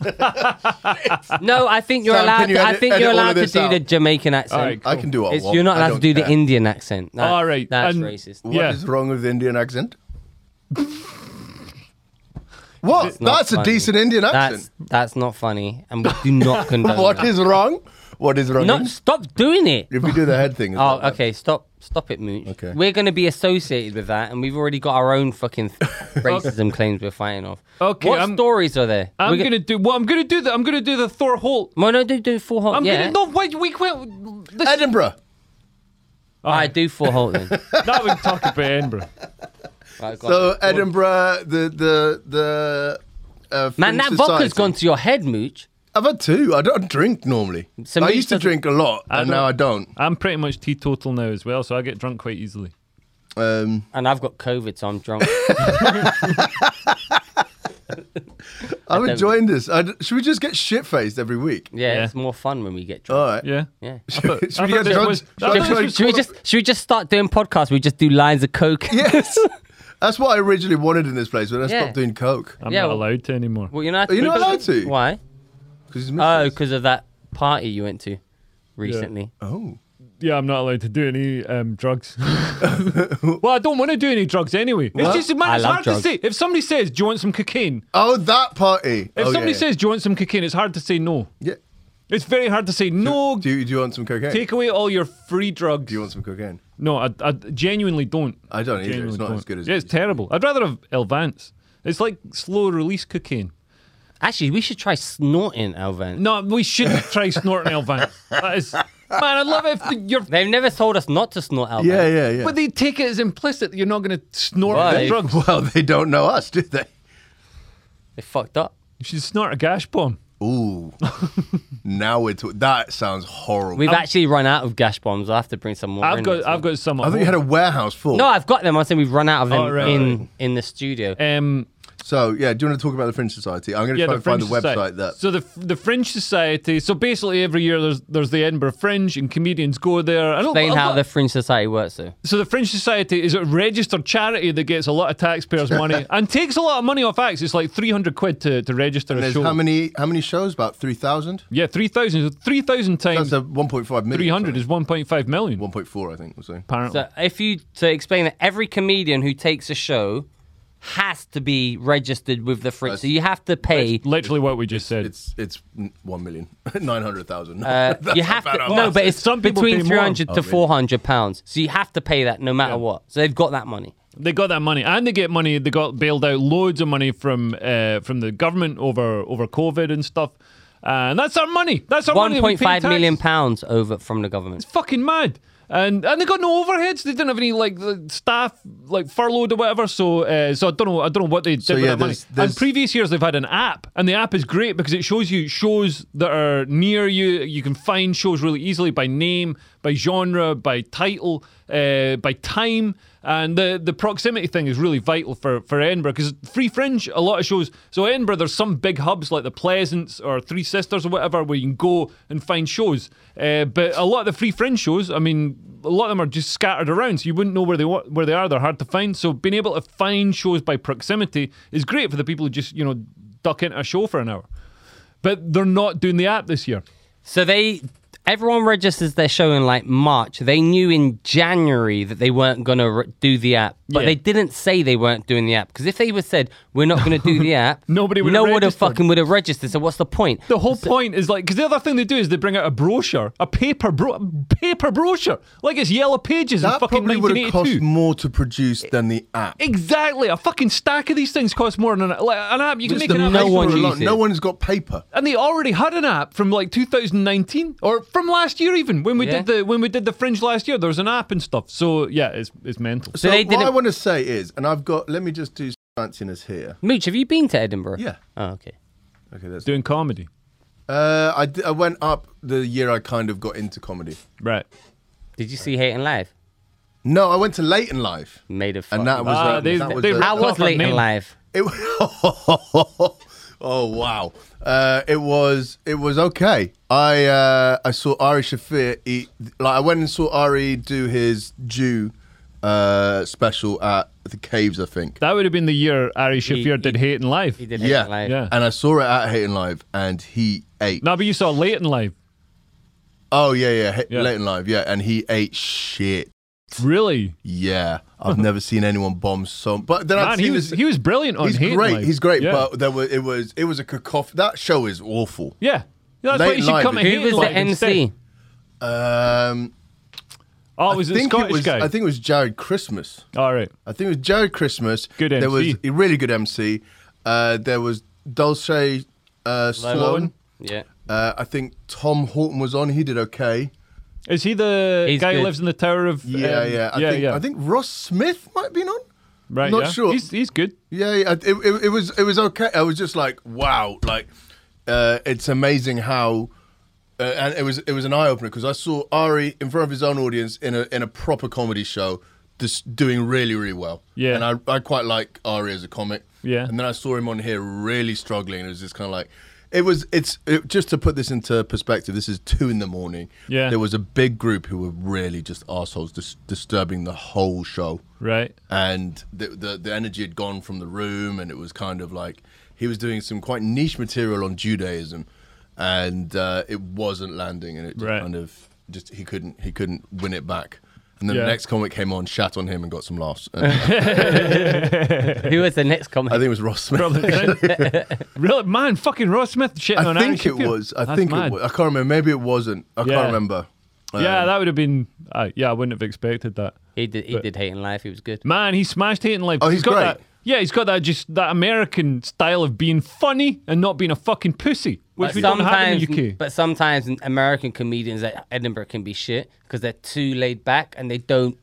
C: one.
A: no, I think you're
C: Sam,
A: allowed.
C: can you
A: To, I
C: edit-
A: think
C: edit
A: you're
C: all of
A: allowed to
C: this
A: do the
C: out?
A: Jamaican accent.
B: All right,
C: I can do what I
A: It's-
C: want.
A: you're not
C: I
A: allowed to
C: don't
A: do the
C: care.
A: Indian accent. That-
B: All right,
A: that's
B: and-
A: racist.
C: What is
B: Yeah.
C: wrong with the Indian accent? What?
A: not
C: That's a
A: funny.
C: decent Indian accent.
A: That's that's not funny, and we do not condone.
C: What
A: that.
C: is wrong? What is wrong?
A: No, stop doing it.
C: if we do the head thing. it's
A: Oh,
C: not bad.
A: okay. Stop, stop it, Mooch.
C: Okay.
A: We're going to be associated with that, and we've already got our own fucking racism claims we're fighting off.
B: Okay,
A: What
B: I'm-
A: stories are there?
B: I'm
A: We're go-
B: going to do. Well, I'm going to do that. I'm going to do the Thor Holt.
A: Well, no, do do full halt.
B: I'm
A: yeah.
B: going to. No, wait, we quit. This,
C: Edinburgh.
A: I do full halt then.
B: now we can talk about Edinburgh.
A: Right, go on.
C: So Edinburgh, the the the. Uh, Free
A: Man, that vodka's
C: Society.
A: gone to your head, Mooch.
C: I've had two. I don't drink normally.
A: So
C: I
A: Mitch
C: used to
A: doesn't-
C: drink a lot, and
B: don't-
C: now I don't.
B: I'm pretty much teetotal now as well, so I get drunk quite easily.
C: Um,
A: And I've got COVID, so I'm drunk.
C: I'm
A: don't-
C: enjoying this. I d should we just get shit faced every week?
A: Yeah,
B: Yeah.
A: it's more fun when we get drunk.
C: All right.
B: Yeah.
A: Yeah.
C: Should, we- should
B: I
C: we
B: thought
C: get
B: this
C: drunk-
B: was-
C: should I
B: I thought
C: try-
B: this was
A: Should we just should we just start doing podcasts? We just do lines of coke.
C: Yes. That's what I originally wanted in this place, but I
A: Yeah.
C: stopped doing coke
B: I'm
A: Yeah,
B: not
A: well-
B: allowed to anymore.
A: Well, you're not.
C: Are you not allowed to?
A: Why?
C: because
A: Oh, because of that party you went to recently.
C: oh.
B: yeah, I'm not allowed to do any um, drugs. well, I don't want to do any drugs anyway.
C: Well,
B: it's just, man,
A: I
B: it's
A: love
B: hard
A: drugs.
B: to say. If somebody says, "Do you want some cocaine?"
C: Oh, that party.
B: If
C: oh,
B: somebody
C: yeah,
B: says, "Do you want some cocaine?" It's hard to say no.
C: yeah.
B: It's very hard to say no.
C: Do you, do you want some cocaine?
B: "Oh, Take away all your free drugs.
C: do you want some cocaine?
B: no, I, I genuinely don't.
C: I don't either. It's
B: Genuinely
C: not
B: don't.
C: as good as
B: Yeah, it's
C: it used to be.
B: terrible. I'd rather have Elvance. It's like slow release cocaine.
A: Actually, we should try snorting Elvan.
B: No, we shouldn't try snorting Elvance. That is I'd love it if you're.
A: They've never told us not to snort out.
C: Yeah, yeah, yeah.
B: But they take it as implicit that you're not going to snort
A: Why?
B: the drug.
C: well, they don't know us, do they?
A: They fucked up.
B: You should snort a gash bomb.
C: Ooh. now we're talking. That sounds horrible.
A: We've actually run out of gash bombs. I have to bring some more.
B: I've
A: in
B: got,
A: next
B: I've
A: time.
B: got some. at
C: I thought you had a warehouse full.
A: No, I've got them. I'm saying we've run out of them
B: Oh, right,
A: in in the studio.
C: Eh,
B: home. um,
C: So, yeah, do you want to talk about the Fringe Society? I'm going to
B: yeah,
C: try
B: the
C: and find
B: Fringe
C: the
B: Society.
C: website that.
B: So the the Fringe Society. So basically, every year there's there's the Edinburgh Fringe, and comedians go there. I don't,
A: Explain
B: a
A: how
B: lot-
A: the Fringe Society works, though.
B: So the Fringe Society is a registered charity that gets a lot of taxpayers' money and takes a lot of money off acts. It's like three hundred quid to, to register a
C: There's
B: show.
C: how many how many shows? About 3,000?
B: Yeah, three thousand. Three thousand
C: That's
B: times
C: a 1.5 million.
B: three hundred
C: sorry.
B: is one point five million.
C: 1.4, I think. So.
B: apparently,
A: So if you to explain that every comedian who takes a show has to be registered with the Fringe, so you have to pay.
B: literally what we just said.
C: It's it's n- 1 million. 900,000.
A: Uh,
C: That's
A: you
C: not
A: have
C: bad
A: to
C: at
A: no,
C: all.
A: but it's
B: Some people pay
A: between
B: more.
A: three hundred
C: Oh,
A: to
C: really?
A: four hundred pounds, so you have to pay that no matter what. So they've got that money.
B: They got that money, and they get money. They got bailed out loads of money from uh, from the government over over COVID and stuff. Uh, and that's our money. That's our
A: One
B: money. that we
A: point
B: pay
A: five million
B: tax.
A: pounds over from the government.
B: Fucking mad. And and they got no overheads. They didn't have any like the staff like furloughed or whatever. So uh, so I don't know. I don't know what they did
C: So,
B: with
C: yeah,
B: that money.
C: there's- there's-
B: And previous years they've had an app, and the app is great because it shows you shows that are near you. You can find shows really easily by name, by genre, by title, uh, by time. And the, the proximity thing is really vital for, for Edinburgh because Free Fringe, a lot of shows. So, Edinburgh, there's some big hubs like the Pleasance or Three Sisters or whatever where you can go and find shows. Uh, but a lot of the Free Fringe shows, I mean, a lot of them are just scattered around, so you wouldn't know where they wa- where they are. They're hard to find. So being able to find shows by proximity is great for the people who just you know duck into a show for an hour. But they're not doing the app this year.
A: So they everyone registers their show in like March. They knew in January that they weren't going to re- do the app, but
B: Yeah.
A: they didn't say they weren't doing the app because if they would said we're not going to do the app,
B: Nobody would've
A: no one would have
B: registered.
A: fucking would have registered. So what's the point?
B: The whole point is like because the other thing they do is they bring out a brochure, a paper bro- paper brochure, like it's yellow pages in
C: That
B: fucking
C: probably would have cost
B: 1982.
C: more to produce than the app.
B: Exactly, a fucking stack of these things costs more than an, like, an app. You can make
C: Just the
B: an app.
A: no
C: paper
A: one
C: alone.
A: uses it.
C: No one's got paper.
B: and they already had an app from like 2019 or from last year even when we
A: Yeah.
B: did the when we did the fringe last year there was an app and stuff so yeah it's it's mental
C: So,
A: they
C: what I
A: didn't-
C: want to say is, and I've got, let me just do fanciness here.
A: Mooch, have you been to Edinburgh?
C: Yeah.
A: Oh, okay.
C: Okay, that's.
B: doing comedy
C: Uh, I, d- I went up the year I kind of got into comedy.
B: right
A: Did you see Hating Live?
C: No, I went to Late in Life.
A: Made of.
C: And that was,
B: Ah,
C: the-
B: they-
C: that was
B: they-
C: the-
A: How was
B: Proper
A: Late
B: meme.
A: and Live?
C: It wa- oh wow! Uh, it was it was okay. I uh, I saw Ari Shafir eat like I went and saw Ari do his Jew uh, special at the caves, I think.
B: that would have been the year ari
A: He-
B: shafir did hate in live
A: He did Hating
C: yeah,
A: Live.
B: Yeah.
C: And I saw it at Hayden Live, and he ate.
B: no but you saw late in live
C: Oh yeah, yeah, Hay-
B: Yeah.
C: Hayden Live, yeah, and he ate shit.
B: really
C: Yeah, I've never seen anyone bomb so. But then I've
B: man
C: seen
B: he was
C: this-
B: he was brilliant on
C: He's
B: Hate in
C: great.
B: Live.
C: He's great.
B: yeah.
C: But there was it was it was a cacophony. That show is awful.
B: yeah that's
C: Late
B: why you
C: in
B: should
C: Live
B: come to
C: is-
B: Hate
A: Who
B: in
A: was the
B: Live instead.
A: MC?
C: Um,
B: oh it was
C: I
B: the
C: think
B: Scottish
C: it was.
B: guy
C: I think it was Jared Christmas.
B: all right
C: I think it was Jared Christmas.
B: Good
C: There was
B: MC.
C: a really good MC. Uh, there was Dulce uh, Sloan.
A: Yeah.
C: Uh, I think Tom Horton was on. He did okay.
B: is he the
A: He's
B: guy who
A: good.
B: lives in the tower of
C: Yeah,
B: um,
C: yeah. I
B: yeah
C: think,
B: yeah
C: I think Ross Smith might have been on.
B: right
C: not
B: yeah.
C: sure.
B: he's, he's good
C: Yeah, yeah. It, it, it was it was okay. I was just like, wow, like uh, it's amazing how, uh, and it was it was an eye opener because I saw Ari in front of his own audience in a in a proper comedy show, just doing really really well.
B: Yeah.
C: and I I quite like Ari as a comic.
B: Yeah.
C: and then I saw him on here really struggling, and it was just kind of like. It was. It's it, just to put this into perspective. This is two in the morning.
B: Yeah.
C: There was a big group who were really just assholes, dis- disturbing the whole show
B: right
C: and the, the the energy had gone from the room, and it was kind of like he was doing some quite niche material on Judaism, and uh, it wasn't landing, and it just
B: Right.
C: kind of just he couldn't he couldn't win it back. And then
B: Yeah.
C: the next comic came on, shat on him, and got some laughs. And I
A: Who was the next comic?
C: think it was Ross Smith.
B: Probably. really, man, fucking Ross Smith shitting
C: I
B: on
C: think it
B: Aaron Shapiro.
C: was. I
B: That's
C: think
B: mad.
C: it was. I can't remember. Maybe it wasn't. I
B: Yeah.
C: can't remember.
B: Yeah,
C: Um,
B: that would have been. Uh, yeah, I wouldn't have expected that.
A: He did. He did Hating Life. He was good.
B: Man, he smashed Hating Life.
C: Oh, he's
B: got
C: great.
B: that. Yeah, he's got that just that American style of being funny and not being a fucking pussy, which
A: But
B: we don't have in
A: sometimes,
B: the UK.
A: but sometimes American comedians at Edinburgh can be shit because they're too laid back and they don't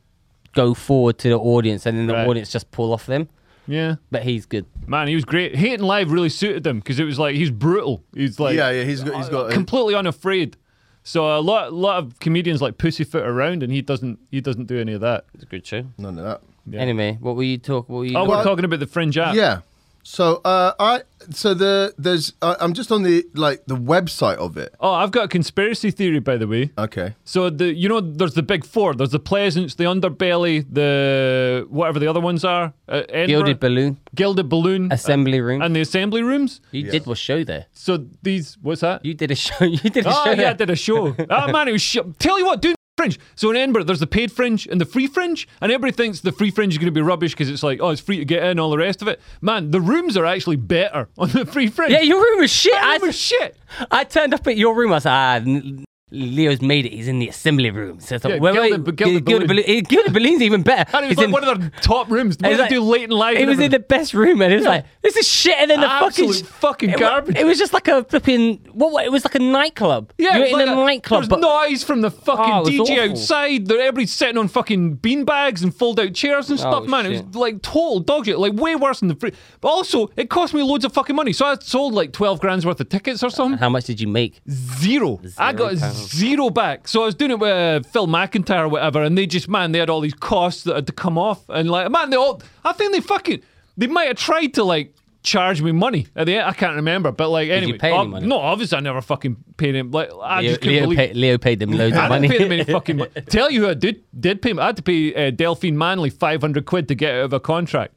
A: go forward to the audience, and then the
B: Right.
A: audience just pull off them.
B: yeah,
A: But he's good.
B: man, he was great. Hating live really suited him because it was like he's brutal. He's like
C: yeah, yeah, he's got, he's got. A,
B: completely unafraid. So a lot, lot of comedians like pussyfoot around, and he doesn't, he doesn't do any of that.
A: It's a good show.
C: none of that.
A: Anyway, what were you talking? What were you?
B: Oh, we're
C: Well-
B: talking about the Fringe app.
C: Yeah. So uh, I so the there's uh, I'm just on the like the website of it.
B: Oh, I've got a conspiracy theory, by the way.
C: Okay.
B: So the you know there's the big four. There's the Pleasance, the Underbelly, the whatever the other ones are. Uh, Edinburgh-
A: Gilded Balloon
B: Gilded Balloon,
A: Assembly Room.
B: and the Assembly Rooms.
A: you did what show there?
B: So these, what's that?
A: You did a show. You did a
B: oh
A: show.
B: yeah, I
A: there.
B: did a show. oh man, it was sh- tell you what, do Fringe. So in Edinburgh, there's the paid fringe and the free fringe, and everybody thinks the free fringe is going to be rubbish because it's like, oh, it's free to get in, all the rest of it. Man, the rooms are actually better on the free fringe.
A: Yeah, your room was shit.
B: That
A: I,
B: room was shit.
A: I turned up at your room. I was like, ah, n- Leo's made it. He's in the assembly room. So I thought,
B: Yeah,
A: wait, wait,
B: Gilded- Gilded
A: Gilded
B: Balloon.
A: Balloon- Gilded Balloon's even better.
B: And it was
A: He's
B: like
A: in-
B: one of their top rooms. What
A: It
B: did
A: was
B: they do late and live?
A: It
B: and
A: was in the
B: everything?
A: best room, and it was like this is shit. And then the
B: Absolute
A: fucking
B: fucking
A: it wa-
B: garbage.
A: It was just like a flipping what? what- It was like a nightclub.
B: Yeah,
A: you
B: it
A: were
B: was
A: in
B: like
A: a nightclub,
B: There
A: but
B: was noise from the fucking
A: Oh, it was
B: DJ
A: awful.
B: outside. There, everybody's sitting on fucking beanbags and fold-out chairs and stuff. man, it
A: Oh, shit.
B: was like total dog shit. Like way worse than the free. But also, it cost me loads of fucking money. So I sold like twelve grand's worth of tickets or something.
A: how much did you make?
B: Zero. I got
A: pounds.
B: zero back. So I was doing it with uh, Phil McIntyre or whatever, and they just man, they had all these costs that had to come off, and like man, they all. I think they fucking they might have tried to like charge me money at the end. I can't remember, but like anyway,
A: pay any
B: ob-
A: money?
B: no, obviously I never fucking paid him. Like I
A: Leo,
B: just couldn't
A: Leo
B: believe.
A: paid, Leo paid them loads
B: I
A: of money.
B: didn't pay them any fucking money. Tell you who I did did pay. him. I had to pay uh, Delphine Manley five hundred quid to get out of a contract.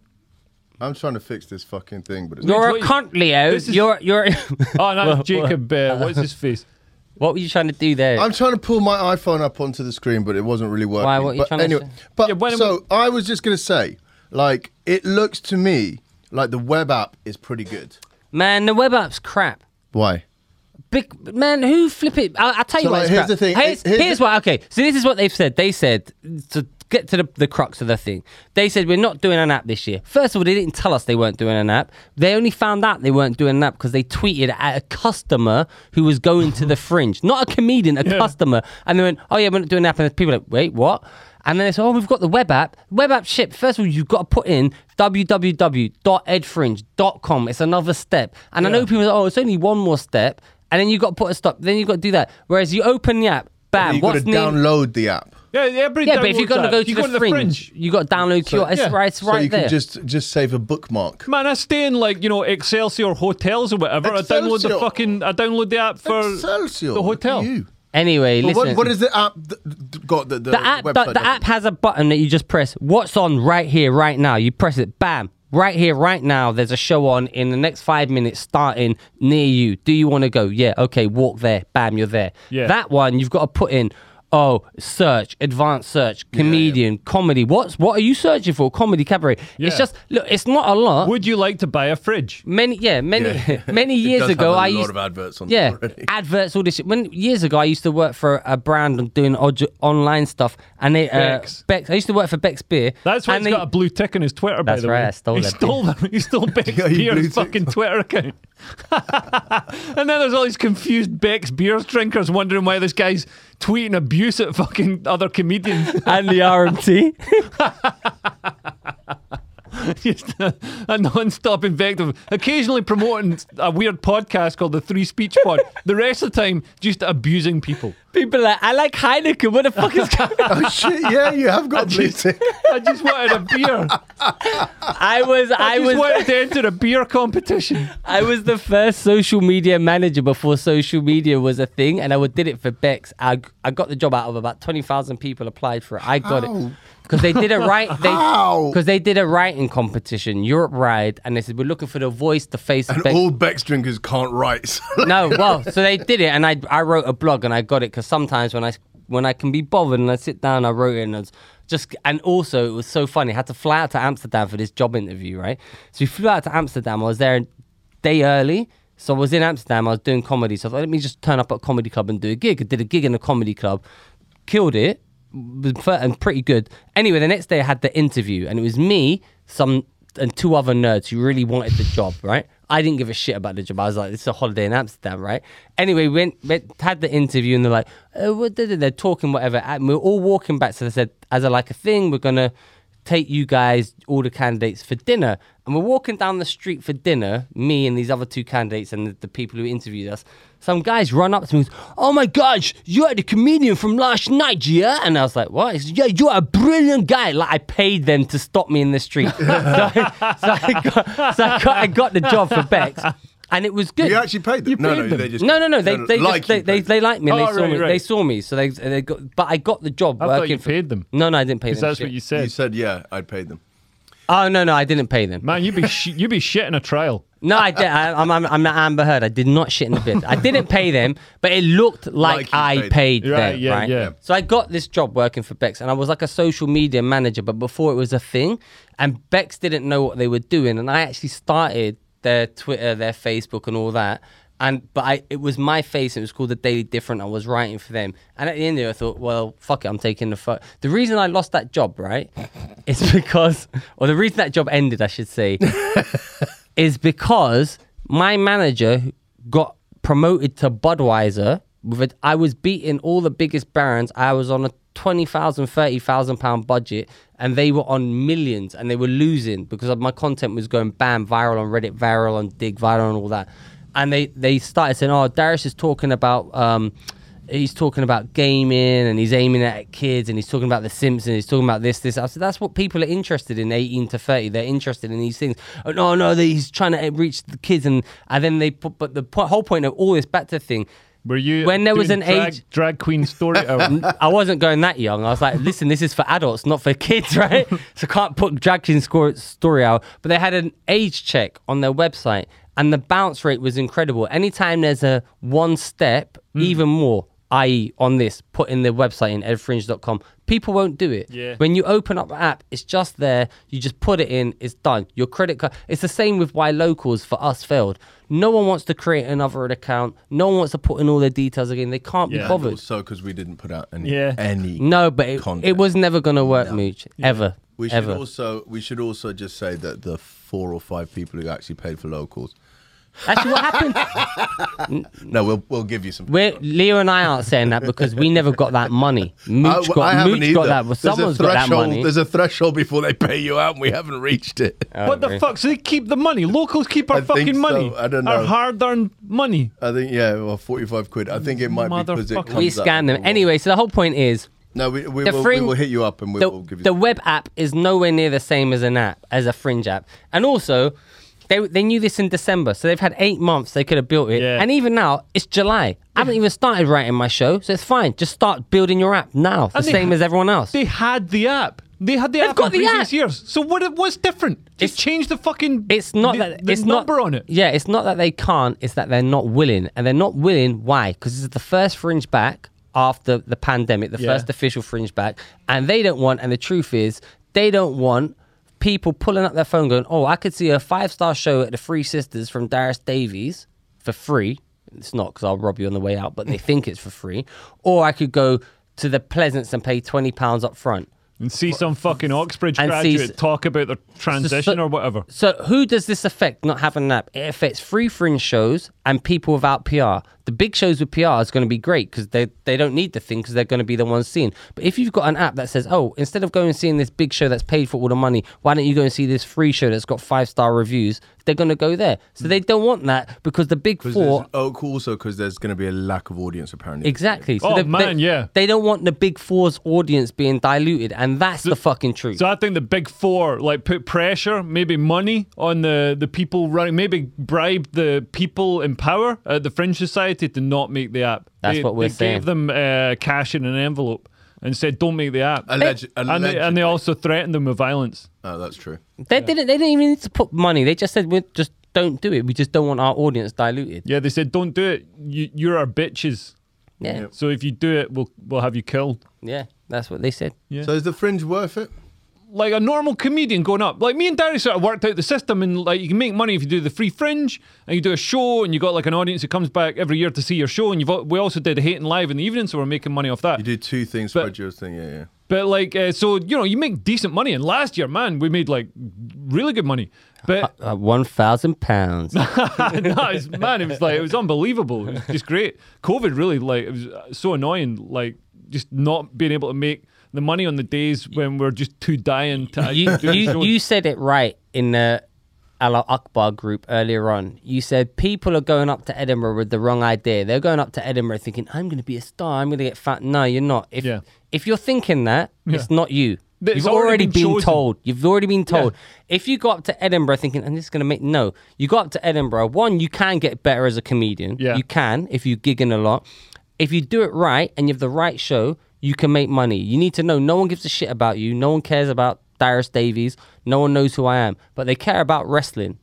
C: I'm trying to fix this fucking thing, but it's
A: You're a
B: Wait,
A: cunt, Leo.
B: this is-
A: You're you're.
B: Oh, no, Jacob. Uh, what's his face?
A: what were you trying to do there?
C: I'm trying to pull my iPhone up onto the screen, but it wasn't really working.
A: Why, what are you
C: but
A: trying to
C: anyway,
A: say?
C: but
B: Yeah, when
C: so I was just gonna say, like, it looks to me like the web app is pretty good.
A: man, the web app's crap.
C: Why?
A: Big man, who flip it? I'll, I'll tell you
C: So,
A: what.
C: like,
A: it's
C: here's
A: crap.
C: the thing,
A: Here's,
C: it- here's
A: here's
C: the-
A: what. Okay, so this is what they've said. They said to get to the, the crux of the thing. They said we're not doing an app this year. First of all, they didn't tell us they weren't doing an app. They only found out they weren't doing an app because they tweeted at a customer who was going to the fringe, not a comedian, a customer, and they went, "Oh yeah, we're not doing an app." And people were like, "Wait, what?" And then they said, "Oh, we've got the web app. Web app ship. First of all, you've got to put in www.edfringe.com. It's another step. And I know people. Are, like, oh, it's only one more step. And then you've got to put a stop. Then you've got to do that. Whereas you open the app, bam.
C: you
A: Ah, what's
C: gotta
A: name-
C: download the app.
B: Yeah, everybody.
A: Yeah, but if you're
B: going
A: gonna go to the, fringe, you got to download QR. It's
B: yeah.
A: right, it's
C: so
A: right
C: you
A: there.
C: can just just save a bookmark.
B: Man, I stay in like you know Excelsior hotels or whatever. I download the
C: Excelsior.
B: fucking. I download the app for
C: Excelsior,
B: the hotel.
C: You.
A: Anyway,
C: But
A: listen.
C: what, what is the app th- th- got? The, the,
A: the app? The,
C: website
A: the
C: doesn't?
A: app has a button that you just press. What's on right here, right now? You press it. Bam. Right here, right now. There's a show on in the next five minutes, starting near you. Do you want to go? Yeah. Okay. Walk there. Bam. You're there.
B: Yeah.
A: That one you've got to put in. Oh, search, advanced search, comedian, comedy. What's what are you searching for? Comedy cabaret.
B: Yeah.
A: It's just look. It's not a lot.
B: Would you like to buy a fridge?
A: many yeah many
C: Yeah.
A: many
C: It
A: years
C: does have
A: ago
C: a
A: I
C: lot
A: used
C: of adverts on
A: yeah
C: there already.
A: adverts all this shit. when years ago I used to work for a brand and doing od- online stuff and they uh,
B: Bex.
A: Bex. I used to work for Bex Beer
B: That's why
A: and
B: he's
A: they-
B: got a blue tick on his Twitter. by
A: That's
B: the
A: right,
B: way.
A: I stole
B: he
A: that
B: Stole that. He stole Beck's
C: Yeah, you blue
B: Beer's
C: tick.
B: fucking Twitter account. and then there's all these confused Beck's Beers drinkers wondering why this guy's tweeting abuse at fucking other comedians.
A: and the RMT
B: Just a, a non-stop invective. Occasionally promoting a weird podcast called the Three Speech Pod. the rest of the time, just abusing people.
A: people are like I like Heineken what the fuck is going on?
C: Oh shit! Yeah, you have got blue tick.
B: I just wanted a beer.
A: I was I,
B: I just
A: was
B: wanted to enter a beer competition.
A: I was the first social media manager before social media was a thing, and I would- did it for Bex. I, I got the job out of about twenty thousand people applied for it. I got
C: How?
A: it because they did a right. They,
C: How?
A: Because they did a writing competition, Europe Ride, and they said we're looking for the voice, the face. of
C: And
A: Bex.
C: all Bex drinkers can't write. so
A: no, well, so they did it, and I I wrote a blog, and I got it because sometimes when I when I can be bothered and I sit down, I wrote it, and it's just and also it was so funny. I had to fly out to Amsterdam for this job interview, right? So we flew out to Amsterdam. I was there a day early. So I was in Amsterdam, I was doing comedy. So I thought, let me just turn up at a comedy club and do a gig. I did a gig in a comedy club, killed it, was fir- and pretty good. Anyway, the next day I had the interview, and it was me, some and two other nerds who really wanted the job, right? I didn't give a shit about the job. I was like, this is a holiday in Amsterdam, right? Anyway, we went, went had the interview and they're like, uh, what, da- da- they're talking whatever. And we we're all walking back. So they said, as a like a thing, we're gonna take you guys, all the candidates, for dinner. And we're walking down the street for dinner, me and these other two candidates and the, the people who interviewed us. Some guys run up to me and goes, Oh my gosh, you're the comedian from last night, yeah? And I was like, What? He said, yeah, you're a brilliant guy. Like, I paid them to stop me in the street. so I, so I got, so I, got, I got the job for Bex. And it was good.
C: You actually paid them?
B: You
C: no,
B: paid
C: no,
B: them.
C: they just
A: No, no, no. They they
C: like
A: just, they,
C: you
A: they
C: paid them.
A: they liked me. And
B: Oh,
A: they saw
B: right,
A: me.
B: right.
A: They saw me. So they they got. But I got the job.
B: I thought
A: working
B: you
A: for-
B: paid them.
A: No, no, I didn't pay them.
B: Because that's
A: shit.
B: what you said.
C: You said, yeah, I paid them.
A: Oh no, no, I didn't pay them.
B: Man, you'd be sh- you'd be shit in a trial.
A: No, I did. I, I'm, I'm, I'm not Amber Heard. I did not shit in the bin. I didn't pay them, but it looked like,
C: Like you
A: I
C: paid.
A: paid them.
B: Right, yeah,
A: right?
B: yeah.
A: So I got this job working for Bex, and I was like a social media manager, but before it was a thing, and Bex didn't know what they were doing, and I actually started their Twitter, their Facebook, and all that. And but I, it was my face. and It was called the Daily Different. I was writing for them, and at the end of it, I thought, well, fuck it, I'm taking the fuck. The reason I lost that job, right, is because, or the reason that job ended, I should say, is because my manager got promoted to Budweiser. With it, I was beating all the biggest brands. I was on a 20,000, 30,000 pound budget, and they were on millions and they were losing because of my content was going bam, viral on Reddit, viral on Dig, viral on all that. And they, they started saying, Oh, Darius is talking about. Um, he's talking about gaming and he's aiming at kids and he's talking about the Simpsons. He's talking about this, this. I said that's what people are interested in, eighteen to thirty. They're interested in these things. Oh, no, no, they- he's trying to eh, reach the kids, and and then they put. But the po- whole point of all this back to thing.
B: Were you
A: When there was
B: doing
A: an
B: drag,
A: age-
B: drag queen story Oh, hour?
A: I wasn't going that young. I was like, listen, this is for adults, not for kids, right? so can't put Drag King score, story out. But they had an age check on their website, and the bounce rate was incredible. Anytime there's a one step,
B: Mm.
A: even more, i.e., on this, put in the website in edfringe.com, people won't do it.
B: Yeah.
A: When you open up the app, it's just there. You just put it in, it's done. Your credit card. It's the same with why locals for us failed. No one wants to create another account. No one wants to put in all their details again. They can't be
B: Yeah.
A: bothered.
C: Also, because we didn't put out any.
B: Yeah.
C: any
A: No, but it, it
C: content.
A: was never going to work, Mooch. Ever.
C: We should
A: ever.
C: also we should also just say that the four or five people who actually paid for locals.
A: Actually, what happened?
C: No, we'll we'll give you some. Uh,
A: We're, Leo and I aren't saying that because we never got that money.
C: I-
A: Mooch
C: well,
A: got,
C: I haven't
A: Mooch got
C: either.
A: that. Well,
C: There's a
A: someone's got that
C: threshold-
A: money.
C: There's a threshold before they pay you out, and we haven't reached it.
B: what the
A: agree.
B: fuck? So they keep the money. Locals keep our
C: I think
B: fucking
C: so.
B: money.
C: I don't
B: Our
C: know.
B: hard-earned money.
C: I think yeah, well, forty-five quid. I think it might be because it
B: Motherfucker.
C: comes
A: we
C: up
A: scammed them.
C: before.
A: Anyway, so the whole point is
C: no, we, we,
A: the
C: will,
A: fringe-
C: we will hit you up and we
A: the,
C: will give you.
A: the web app is nowhere near the same as an app as a fringe app and also they, they knew this in december so they've had eight months they could have built it
B: Yeah.
A: and even now it's july i haven't even started writing my show so it's fine just start building your app now the
B: And they-
A: same as everyone else
B: They had the app. They had the app
A: got
B: in
A: the
B: previous
A: app.
B: years. So what? What's different? Just
A: It's-
B: change the fucking.
A: It's not
B: the,
A: that
B: the
A: it's
B: number
A: not,
B: on it.
A: Yeah, it's not that they can't. It's that they're not willing, and they're not willing. Why? Because this is the first fringe back after the pandemic, the
B: Yeah.
A: first official fringe back, and they don't want. And the truth is, they don't want people pulling up their phone, going, "Oh, I could see a five star show at the Three Sisters from Darius Davies for free." It's not because I'll rob you on the way out, but they think it's for free. Or I could go to the Pleasance and pay twenty pounds up front.
B: And see some fucking Oxbridge
A: And see-
B: graduate talk about their transition or whatever.
A: So who does this affect not having an app? It affects free fringe shows and people without PR. The big shows with PR is going to be great because they, they don't need the thing because they're going to be the ones seen. But if you've got an app that says, oh, instead of going and seeing this big show that's paid for all the money, why don't you go and see this free show that's got five star reviews? They're going to go there.
B: Hmm.
A: So they don't want that because the big
C: Because there's-
A: four
C: oh, cool, also because there's going to be a lack of audience apparently.
A: exactly. So
B: Oh,
A: they,
B: man,
A: they,
B: yeah.
A: They don't want the big four's audience being diluted, and that's the fucking truth.
B: So I think the big four like put pressure, maybe money on the the people running, maybe bribe the people in power at the Fringe Society to not make the app.
A: That's
B: They-
A: what we're
B: they
A: saying.
B: gave them uh, cash in an envelope and said, "Don't make the app."
C: Alleg-
B: and, they, and they
C: allegedly.
B: also threatened them with violence.
C: Oh, that's true.
A: they didn't. They didn't even need to put money. They just said, "We just don't do it. We just don't want our audience diluted."
B: Yeah, they said, "Don't do it. You, you're our bitches.
A: Yeah.
B: So if you do it, we'll we'll have you killed."
A: Yeah, that's what they said.
B: Yeah.
C: So is the fringe worth it?
B: like a normal comedian going up. Like me and Darius sort of worked out the system, and like you can make money if you do the free fringe, and you do a show, and you got like an audience that comes back every year to see your show. And you've al- we also did Hate and Live in the evening, so we're making money off that.
C: You do two things
B: But-
C: for your thing, yeah, yeah.
B: But like, uh, so you know, you make decent money. And last year, man, we made like really good money. But
A: Uh, one thousand pounds.
B: no, it's, man, it was like it was unbelievable. It was just great. COVID really like it was uh, so annoying. Like just not being able to make the money on the days when we're just too dying to.
A: you,
B: do
A: you,
B: shows.
A: you said it right in the Allah Akbar group earlier on. You said people are going up to Edinburgh with the wrong idea. They're going up to Edinburgh thinking, I'm going to be a star. I'm going to get fat. No, you're not. If,
B: Yeah.
A: if you're thinking that, it's not you.
B: It's
A: You've
B: already
A: already,
B: been
A: been,
B: chosen.
A: told. You've already been told. If you go up to Edinburgh thinking, I'm just going to make. No. You go up to Edinburgh, one, you can get better as a comedian.
B: Yeah.
A: You can if you gigging a lot. If you do it right and you have the right show, you can make money. You need to know no one gives a shit about you. No one cares about Darius Davies. No one knows who I am, but they care about wrestling.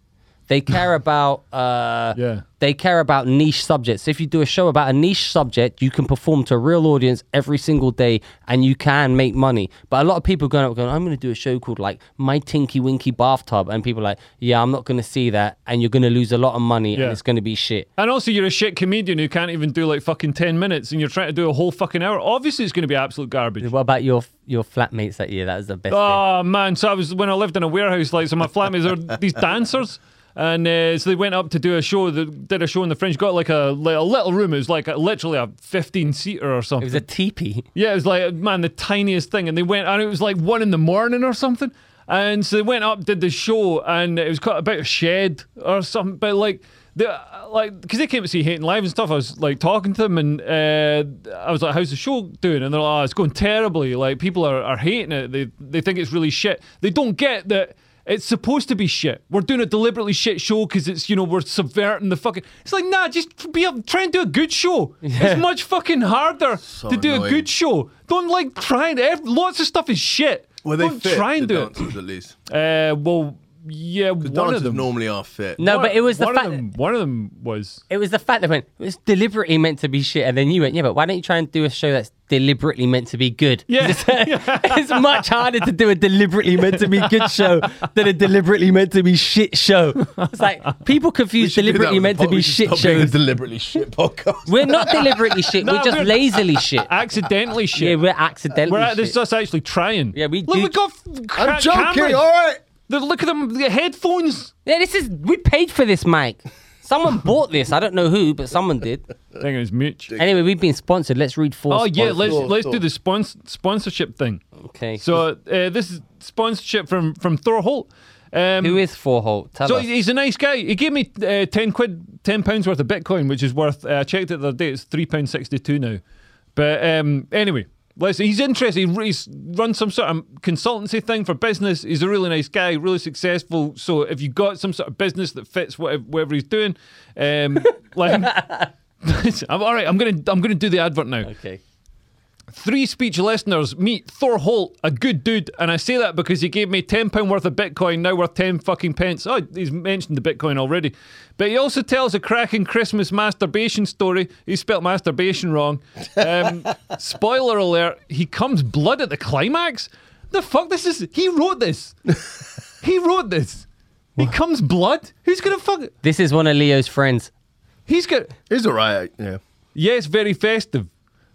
A: They care about uh,
B: Yeah.
A: They care about niche subjects. If you do a show about a niche subject, you can perform to a real audience every single day, and you can make money. But a lot of people going up going, "I'm going to do a show called like My Tinky Winky Bathtub," and people are like, "Yeah, I'm not going to see that," and you're going to lose a lot of money,
B: Yeah.
A: and it's going to be shit.
B: And also, you're a shit comedian who can't even do like fucking 10 minutes and you're trying to do a whole fucking hour. Obviously, it's going to be absolute garbage.
A: What about your your flatmates that year? That was the best. thing.
B: Oh, man. So, I was when I lived in a warehouse, like, so my flatmates are these dancers. And uh, so they went up to do a show, that did a show in the Fringe, got like a, like a little room. It was like a, literally a 15 seater or
A: It
B: something.
A: was a teepee.
B: Yeah, it was like man, the tiniest thing, and they went, and it was like one in the morning or something, and so they went up, did the show, and it was cut about a shed or something, but like. They, like, because they came to see Hating Live and stuff. I was like talking to them, and uh, I was like, "How's the show doing?" And they're like, "Oh, it's going terribly. Like, people are, are hating it. They they think it's really shit. They don't get that it's supposed to be shit. We're doing a deliberately shit show because it's you know we're subverting the fucking. It's like nah, just be a, try and do a good show. It's much fucking harder to do a
C: annoying.
B: good show. Don't like trying. ev- Lots of stuff is shit.
C: Were they
B: Don't
C: fit?
B: try and
C: the
B: do
C: dancers, at least.
B: it. Uh, well, yeah,
C: The
B: one of
C: dancers
B: them.
C: normally are fit.
A: No,
B: one-
A: but it was the
B: one
A: fact.
B: Of them, one of them was.
A: It was the fact that went. It's deliberately meant to be shit, and then you went, yeah, but why don't you try and do a show that's deliberately meant to be good?
B: Yeah.
A: it's, uh, it's much harder to do a deliberately meant to be good show than a deliberately meant to be shit show. It's like people confuse
C: should do that
A: deliberately
C: with
A: meant
C: the
A: to
C: pod- we
A: be shit
C: should stop being a
A: shows.
C: deliberately shit podcast.
A: We're not deliberately shit.
B: No,
A: we're just
B: we're-
A: lazily shit.
B: Accidentally shit.
A: Yeah, we're accidentally.
B: We're at
A: shit.
B: this us actually trying.
A: Yeah, we
B: look.
A: do-
B: We got. f-
C: I'm
B: cra-
C: joking.
B: cameras.
C: All right.
B: The- Look at them. The headphones.
A: Yeah, this is. We paid for this, Mike. Someone bought this. I don't know who, but someone did.
B: I think it was Mooch.
A: Anyway, we've been sponsored. Let's read four.
B: Oh yeah,
A: sponsors.
B: let's
C: Cool,
B: let's
C: cool.
B: do the spons- sponsorship thing.
A: Okay.
B: So uh, this is sponsorship from from Thor Holt. Um,
A: who is Four Holt? Tell
B: so
A: us.
B: he's a nice guy. He gave me uh, ten quid, ten pounds worth of Bitcoin, which is worth. uh, I checked it the other day. It's three pound sixty two now. But um, anyway, let's. He's interested. He, he's run some sort of consultancy thing for business. He's a really nice guy, really successful. So if you got some sort of business that fits whatever, whatever he's doing, um, like, I'm, all right, I'm gonna I'm gonna do the advert now.
A: Okay.
B: Three speech listeners meet Thor Holt, a good dude, and I say that because he gave me ten pound worth of Bitcoin, now worth ten fucking pence. Oh, he's mentioned the Bitcoin already, but he also tells a cracking Christmas masturbation story. He spelt masturbation wrong. Um, spoiler alert: he comes blood at the climax. The fuck, this is he wrote this. he wrote this. He comes blood. Who's gonna fuck?
A: This is one of Leo's friends.
B: He's got.
C: It's all right. Yeah.
B: Yeah, it's very festive.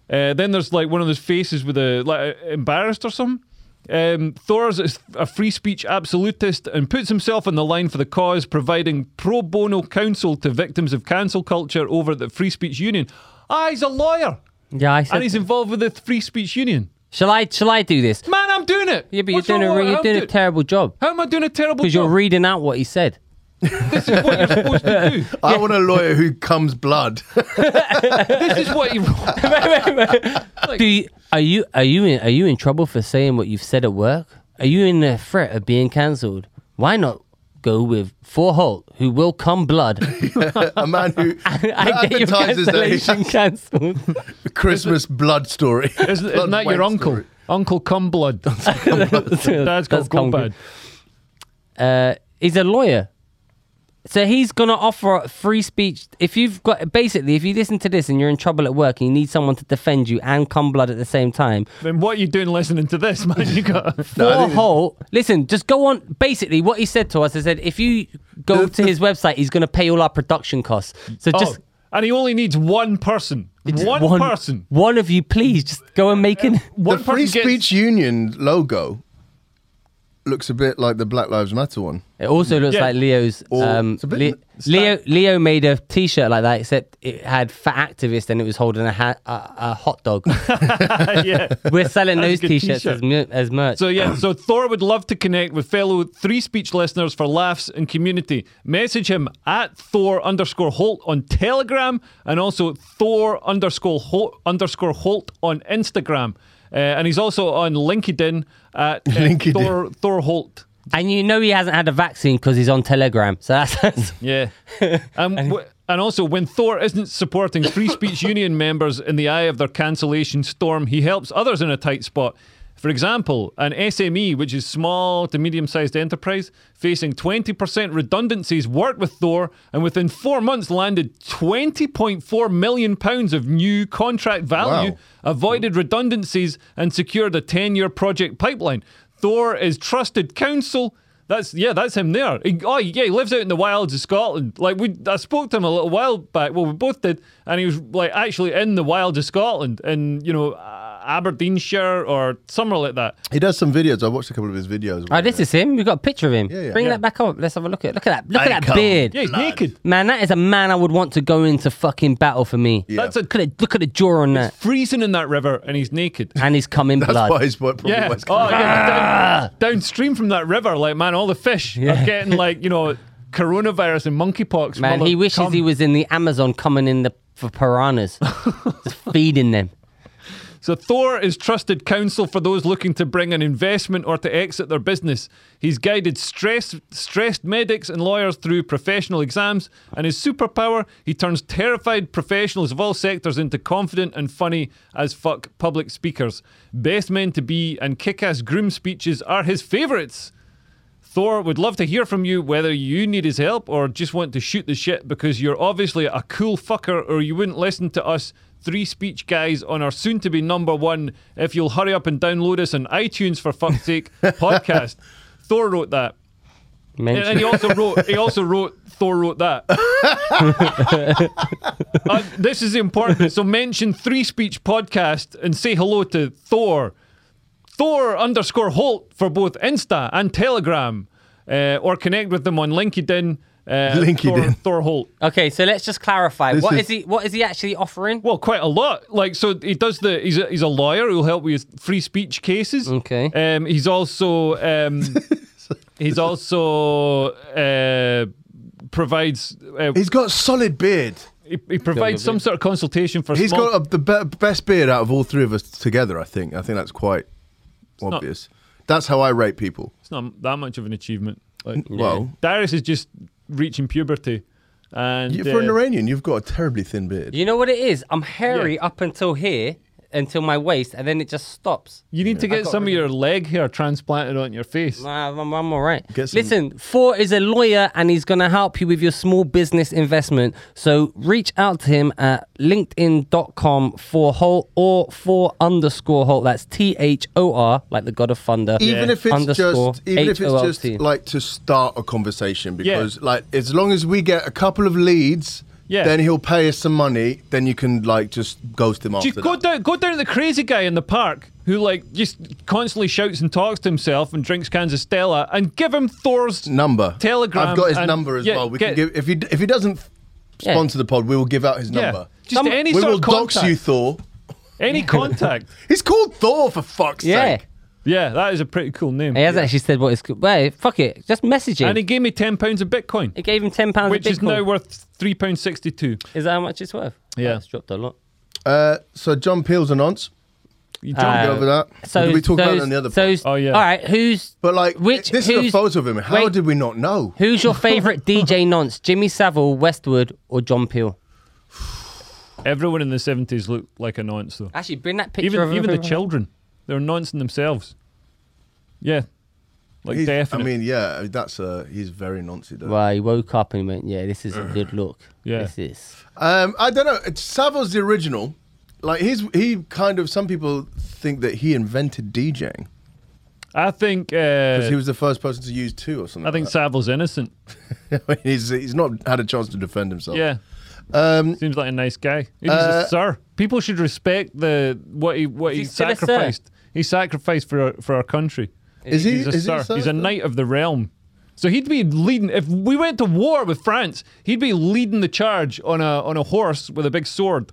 B: Uh, then there's like one of those faces with a like uh, embarrassed or something. Um, Thor's is a free speech absolutist and puts himself on the line for the cause, providing pro bono counsel to victims of cancel culture over at the Free Speech Union. Ah, he's a lawyer
A: Yeah, I
B: and
A: said.
B: he's involved with the Free Speech Union.
A: Shall I? Shall I do this?
B: Man, I'm doing it.
A: Yeah, but you're
B: What's
A: doing
B: wrong
A: a
B: with
A: re-
B: what
A: you're
B: I'm
A: doing a
B: doing?
A: terrible job
B: How am I doing a terrible
A: because you're
B: job?
A: reading out what he said.
B: this is what you're supposed to do.
C: I want a lawyer who comes blood.
B: This is what you.
A: Do you, are you are you in, are you in trouble for saying what you've said at work? Are you in a threat of being cancelled? Why not go with Four Holt, who will come blood?
C: a man who
A: I get your
C: advertises that he
A: cancellation cancelled.
C: has Christmas blood story.
B: Isn't, isn't that your uncle? Uncle Cumblood. Dad's got
A: That's cum
B: Cumblood.
A: good. uh, he's a lawyer. So he's gonna offer free speech. If you've got basically, if you listen to this and you're in trouble at work and you need someone to defend you and come blood at the same time,
B: Then what are you doing listening to this, man? You got
A: Four Holt. Listen, just go on. Basically, what he said to us is that if you go to his website, he's going to pay all our production costs. So
B: Oh,
A: just
B: and he only needs one person. One, person.
A: One of you, please, just go and make an.
B: One
C: the Free
B: person gets-
C: Speech Union logo looks a bit like the Black Lives Matter one.
A: It also looks
B: Yeah. Oh,
A: like Leo's.
C: Or-
A: Um,
C: It's a bit
A: Le-
C: stan-
A: Leo Leo made a T-shirt like that, except it had fat activist and it was holding a, ha- a, a hot dog.
B: yeah.
A: We're selling those
B: That's a good
A: T-shirts as,
B: t-shirt.
A: mer- as merch.
B: So yeah, so Thor would love to connect with fellow Three Speech listeners for laughs and community. Message him at Thor underscore Holt on Telegram and also Thor underscore Holt underscore Holt on Instagram. Uh, and he's also on LinkedIn at uh,
C: LinkedIn.
B: Thor, Thor Holt.
A: and you know he hasn't had a vaccine because he's on Telegram. So that's, that's
B: Yeah. Um, w- and also, when Thor isn't supporting Free Speech Union members in the eye of their cancellation storm, he helps others in a tight spot. For example, an SME, which is small to medium sized enterprise, facing 20% redundancies, worked with Thor and within four months landed £20.4 million pounds of new contract value,
C: Wow.
B: avoided redundancies, and secured a 10 year project pipeline. Thor is trusted counsel. That's yeah, that's him there. He, oh yeah, he lives out in the wilds of Scotland. Like we, I spoke to him a little while back. Well, we both did, and he was like actually in the wilds of Scotland, in you know uh, Aberdeenshire or somewhere like that.
C: He does some videos. I watched a couple of his videos.
A: oh, this is him. We've got a picture of him.
C: yeah.
A: Bring
C: Yeah.
A: that back up. Let's have a look at. Look at that. Look at that
C: Icon.
A: beard.
B: Yeah, he's naked.
A: Man, that is a man I would want to go into fucking battle for me.
B: That's a
A: Look at the, look at the jaw on that,
B: freezing in that river, and he's naked.
A: and he's coming
C: That's
A: blood.
C: why he's probably
B: Yeah.
C: West
B: Oh,
C: Coast.
B: yeah. Down, downstream from that river, like man, all the fish are getting like you know coronavirus and monkeypox.
A: Man,
B: from
A: he
B: a
A: wishes
B: cum.
A: he was in the Amazon coming in the for piranhas, Just feeding them.
B: So Thor is trusted counsel for those looking to bring an investment or to exit their business. He's guided stress, stressed medics and lawyers through professional exams, and his superpower, he turns terrified professionals of all sectors into confident and funny as fuck public speakers. Best men to be and kick-ass groom speeches are his favorites. Thor would love to hear from you whether you need his help or just want to shoot the shit because you're obviously a cool fucker or you wouldn't listen to us three speech guys on our soon to be number one if you'll hurry up and download us on iTunes for fuck's sake podcast. Thor wrote that.
A: Man,
B: And, and he also wrote. He also wrote. Thor wrote that. Uh, this is important. So mention Three Speech podcast and say hello to Thor. Thor underscore Holt for both Insta and Telegram, uh, or connect with them on LinkedIn. Uh, Thor,
C: LinkedIn.
B: Thor Holt.
A: Okay, so let's just clarify.
C: This
A: What is
C: is-
A: he? What is he actually offering?
B: Well, quite a lot. Like, so he does the. He's a, he's a lawyer who'll help with free speech cases.
A: Okay.
B: Um, he's also. Um, he's also. Uh, provides. Uh,
C: He's got solid beard.
B: he, he provides some sort of consultation for.
C: He's
B: small,
C: got a, the be- best beard out of all three of us together. I think. I think that's quite
B: not-
C: obvious. That's how I rate people.
B: It's not that much of an achievement. Like,
C: Well,
B: Darius is just reaching puberty, and
C: you, for an
B: uh,
C: Iranian, you've got a terribly thin beard.
A: You know what it is? I'm hairy up until here, until my waist, and then it just stops.
B: you need to get
A: got
B: some of
A: rid
B: your leg hair transplanted on your face.
A: Nah, I'm, I'm all right.
C: Get some-
A: Listen, Four is a lawyer and he's going to help you with your small business investment. So reach out to him at linkedin.com for Holt or for underscore Holt. That's T H O R, like the God of Thunder.
C: even if it's
A: underscore
C: just even if it's just
A: H O L T.
C: like to start a conversation because like as long as we get a couple of leads
B: Yeah.
C: then he'll pay us some money then you can like just ghost him after
B: Just go
C: that.
B: down, go down to the crazy guy in the park who like just constantly shouts and talks to himself and drinks cans of Stella, and give him Thor's
C: number
B: Telegram
C: I've got his
B: and-
C: number as
B: yeah,
C: well we
B: get-
C: can give if he if he doesn't
A: Yeah.
C: sponsor the pod we will give out his
B: Yeah,
C: number
B: just
A: Some-
B: any
C: we
B: sort
C: will
B: of
C: dox
B: contact.
C: you Thor
B: Any contact.
C: he's called Thor for fuck's
A: Yeah.
C: sake
B: Yeah, that is a pretty cool name.
A: He has actually said what it's. Well, fuck it. Just message him.
B: And he
A: It
B: gave me ten pounds of Bitcoin,
A: gave him ten pounds.
B: which is now worth three pounds sixty-two.
A: Is that how much it's worth?
B: Yeah.
A: Oh, it's dropped a lot.
C: uh, so John Peel's and aunts
B: You
A: Uh,
C: get
B: jump
C: over that
A: So
C: we talked about
A: those-
C: it on the other pod.
A: those-
B: Oh, yeah.
A: All right. Who's
C: but like
A: which?
C: this is a
A: who's-
C: photo of him how
A: wait.
C: did we not know
A: Who's your favourite DJ nonce? Jimmy Savile, Westwood, or John Peel?
B: Everyone in the seventies looked like a nonce though.
A: Actually, bring that picture
B: Even
A: of
B: even the
A: everyone.
B: children, they're noncing themselves. Yeah, like
C: He's-
B: definite.
C: I mean, yeah, that's uh, he's very noncy though.
A: Well, he woke up and he went, "Yeah, this is a good look.
B: Yeah.
A: This is."
C: Um, I don't know. It's- Savile's the original. Like he's he kind of some people think that he invented DJing
B: I think
C: because
B: uh,
C: he was the first person to use two or something.
B: I think
C: like
B: Savile's innocent.
C: that. he's he's not had a chance to defend himself.
B: Yeah,
C: Um,
B: Seems like a nice guy. He was
C: Uh,
B: a sir. People should respect the what he what he
A: Is he still a sir?
B: sacrificed. He sacrificed for our, for our country.
C: is he?
B: He's a
C: is
B: sir.
C: He
B: He's a knight of the realm. So he'd be leading. If we went to war with France, he'd be leading the charge on a on a horse with a big sword,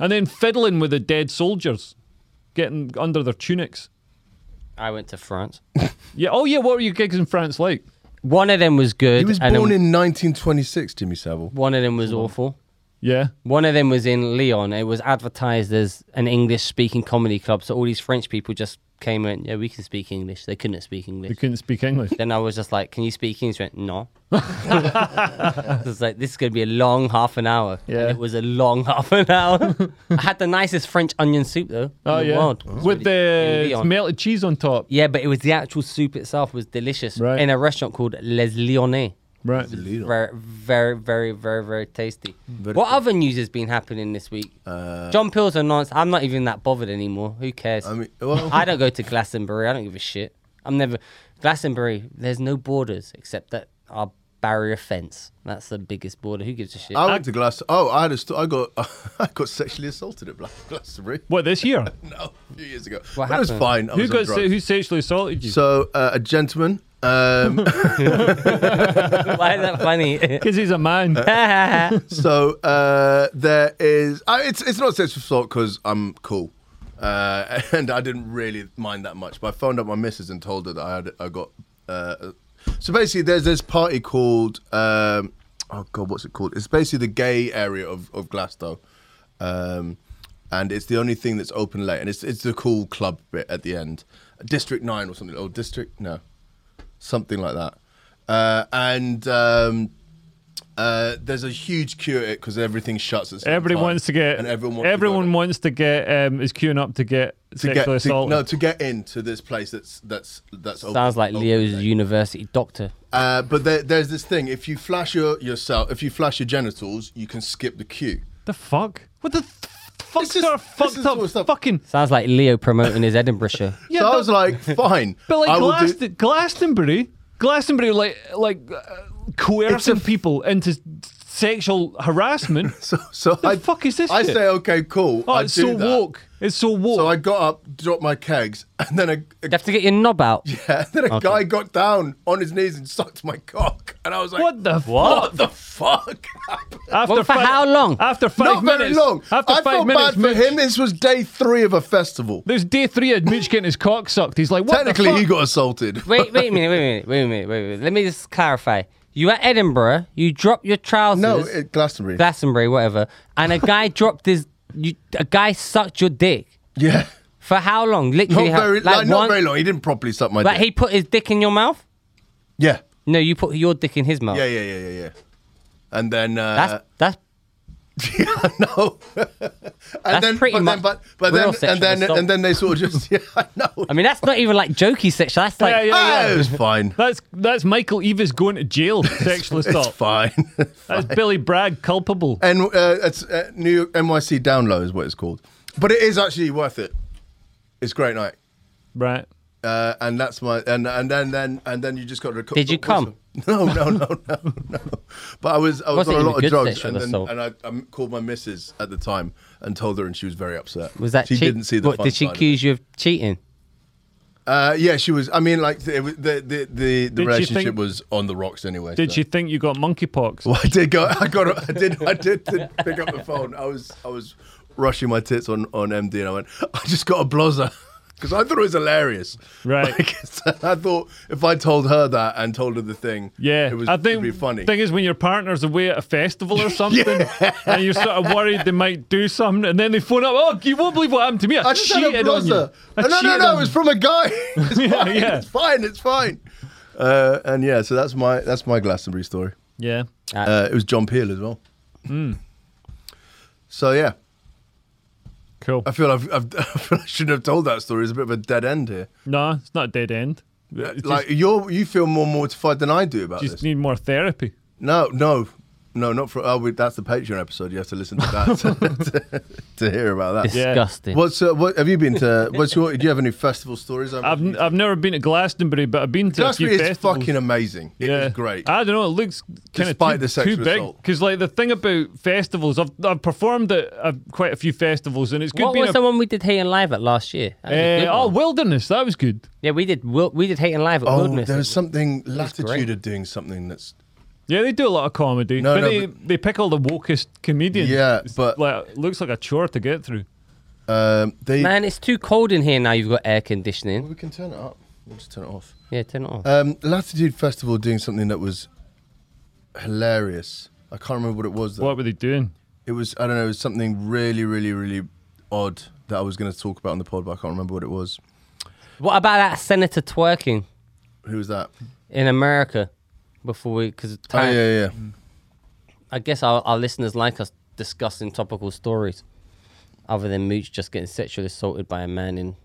B: and then fiddling with the dead soldiers, getting under their tunics.
A: I went to France.
B: Yeah. Oh yeah. What were your gigs in France like?
A: One of them was good.
C: He was born
A: and
C: in
A: then
C: 1926, Jimmy Savile.
A: One of them was awful.
B: Yeah.
A: One of them was in Lyon. It was advertised as an English speaking comedy club. So all these French people just came and went, Yeah, we can speak English. They couldn't speak
B: They
A: English.
B: couldn't speak English.
A: Then I was just like, Can you speak English? She went, No. I was like, This is going to be a long half an hour.
B: Yeah.
A: And it was a long half an hour. I had the nicest French onion soup, though.
B: Oh
A: in the
B: yeah.
A: world. It was
B: With
A: really- in
B: the
A: Lyon.
B: melted cheese on top.
A: Yeah, but it was the actual soup itself was delicious
B: Right.
A: in a rrestaurant called Les Lyonnais.
B: Right.
A: Very, very, very, very, very tasty. what other news has been happening this week? John Peel's announced. I'm not even that bothered anymore. Who cares? I,
C: Uh, I mean, well,
A: don't go to Glastonbury. I don't give a shit. I'm never Glastonbury. There's no borders except that our barrier fence. That's the biggest border. Who gives a shit?
C: I went to Glass. Oh, I had a sto- I got I got sexually assaulted at Bla- Glastonbury.
B: What this year?
C: No, a few years ago.
A: What
C: But it was
A: happened?
C: fine. I
B: Who
C: was on
B: got
C: drugs.
B: who sexually assaulted you?
C: So uh, a gentleman. Um,
A: Why is that funny?
B: Because he's a man.
C: Uh, so uh, there is. Uh, it's it's not sexual assault because I'm cool, uh, and I didn't really mind that much. But I phoned up my missus and told her that I had I got. Uh, so basically, there's this party called. Um, oh God, what's it called? It's basically the gay area of of Glasgow. Um, and it's the only thing that's open late, and it's it's the cool club bit at the end, District Nine or something, or District no, something like that. Uh, and um, uh, there's a huge queue at it because everything shuts at. certain
B: Everyone
C: time.
B: wants to get.
C: uh, and everyone wants
B: everyone
C: to, go
B: wants to get. Um, is queuing up to get
C: there. to
B: sexually
C: get to,
B: assaulted.
C: no to get into this place that's that's that's open,
A: Sounds like
C: open
A: Leo's
C: late.
A: university doctor.
C: Uh, but there, there's this thing: if you flash your yourself, if you flash your genitals, you can skip the queue.
B: the fuck? What the th- fuck
C: This is-
B: sort of
C: this
B: fucked
C: is
B: up?
C: sort of stuff-
B: Fucking.
A: Sounds like Leo promoting his Edinburgh show.
B: Yeah,
C: so I
B: that-
C: was like, fine,
B: But like
C: I will do-
B: Glast- Glastonbury, Glastonbury, like like uh, coercing people into s- sexual harassment.
C: So, so I
B: fuck is this
C: I
B: shit?
C: say, okay, cool.
B: oh,
C: I
B: it's
C: do
B: so
C: that.
B: woke. It's so woke.
C: So I got up, dropped my kegs, and then a, a-
A: You have to get your knob out.
C: and then a guy got down on his knees and sucked my cock, and I was like,
B: what the
C: What
B: fuck?
C: the fuck?
B: After
A: Well, for
B: five-
A: how long?
B: After five
C: Not
B: minutes.
C: very long.
B: After
C: I
B: five
C: felt
B: minutes,
C: bad for
B: Mitch-
C: him. This was day three of a festival.
B: There's day three of Mitch getting his cock sucked. He's like, what
C: Technically,
B: the fuck?
C: he got assaulted.
A: Wait, wait a minute, wait a minute, wait a minute, wait a minute. Let me just clarify. You at Edinburgh, you drop your trousers.
C: No, it, Glastonbury.
A: Glastonbury, whatever, and a guy dropped his. You, a guy sucked your dick
C: yeah,
A: for how long?
C: not
A: Literally, how-
C: very, like, not
A: one-
C: very long. He didn't properly suck my
A: Like
C: dick.
A: he put his dick in your mouth.
C: yeah,
A: No, you put your dick in his mouth.
C: yeah, yeah, yeah, yeah, yeah. And then
A: That's
C: uh,
A: that's
C: yeah, no. and
A: That's
C: then,
A: pretty
C: but
A: much
C: then, but, but
A: real
C: then,
A: sexual
C: and then,
A: assault.
C: and then they sort of just yeah, I know.
A: I mean, that's not even like jokey sexual. That's like
B: Yeah, yeah.
C: Ah, it was fine.
B: That's that's Michael Eva's going to jail. Sexual
C: It's
B: assault.
C: fine.
B: That's Billy Bragg culpable.
C: and uh, it's uh, New York NYC Down Low is what it's called, but it is actually worth it. It's a great night,
B: Right.
C: uh, and that's my and and then then and then you just got to. reco-
A: Did you come?
C: No, no, no, no, no. But I was I was
A: Wasn't
C: on
A: even
C: a lot
A: good
C: of drugs,
A: sexual
C: and, then,
A: assault.
C: and I, I called my missus at the time and told her, and she was very upset.
A: was that
C: she
A: cheat-
C: didn't see the
A: What
C: fun
A: did she
C: side of it.
A: accuse you of cheating?
C: Uh, yeah, she was. I mean, like it was, the the the, the
B: she
C: relationship
B: think-
C: was on the rocks anyway.
B: Did
C: so.
B: you think you got monkeypox?
C: Well, I did go. I got. a- I did. I did th- pick up the phone. I was. I was rushing my tits on on MD, and I went. I just got a blazer because I thought it was hilarious.
B: Right.
C: Like, I thought if I told her that and told her the thing,
B: Yeah,
C: it was.
B: I think
C: it'd be funny.
B: thing is when your partner's away at a festival or something, and you're sort of worried they might do something, and then they phone up. Oh, you won't believe what happened to me. I,
C: I just
B: cheated
C: had a
B: on you.
C: blazer.
B: I
C: No, no, no,
B: cheated
C: no.
B: on
C: It was
B: you."
C: from a guy. It's
B: Yeah,
C: fine.
B: yeah.
C: It's fine. It's fine. Uh, and yeah, so that's my that's my Glastonbury story.
B: yeah.
C: Uh, it was John Peel as well.
B: Hmm.
C: So yeah,
B: Cool.
C: I feel I've, I've I feel I shouldn't have told that story. It's a bit of a dead end here.
B: No, it's not a dead end. It's
C: like you're you feel more mortified than I do about
B: just,
C: this.
B: just need more therapy.
C: no, no, No, not for. Oh, we, that's the Patreon episode. You have to listen to that to, to hear about that.
A: Disgusting.
C: What's uh, what have you been to? What's your? Do you have any festival stories?
B: I've n- I've never been to Glastonbury, but I've been to a few
C: Glastonbury is
B: festivals. Ah,
C: fucking amazing. It is great.
B: I don't know. It looks kind of
C: Despite
B: too,
C: the sexual
B: too big
C: assault.
B: because, like, the thing about festivals, I've I've performed at uh, quite a few festivals, and it's good
A: What
B: being
A: was
B: a,
A: the one we did Hating Live at last year? That was
C: Eh,
A: a
B: uh,
A: good
B: oh
A: one.
B: wilderness. That was good.
A: yeah, we did. Wil- We did Hating Live at
C: oh,
A: Wilderness.
C: there's something
A: great.
C: latitude of doing something that's
B: Yeah, they do a lot of comedy,
C: No,
B: but,
C: no,
B: they, they pick all the wokest comedians.
C: Yeah,
B: It's
C: but-
B: like, looks like a chore to get through.
C: um, they.
A: Man, it's too cold in here now. You've got air conditioning.
C: We can turn it up. We'll just turn it off.
A: Yeah, turn it off.
C: Um, Latitude Festival doing something that was hilarious. I can't remember what it was. Though.
B: What were they doing?
C: It was I don't know. It was something really, really, really odd that I was going to talk about on the pod, but I can't remember what it was.
A: what about that senator twerking
C: Who was that?
A: in America? Before we, because
C: Oh yeah, yeah.
A: I guess our, our listeners like us discussing topical stories, other than Mooch just getting sexually assaulted by a man in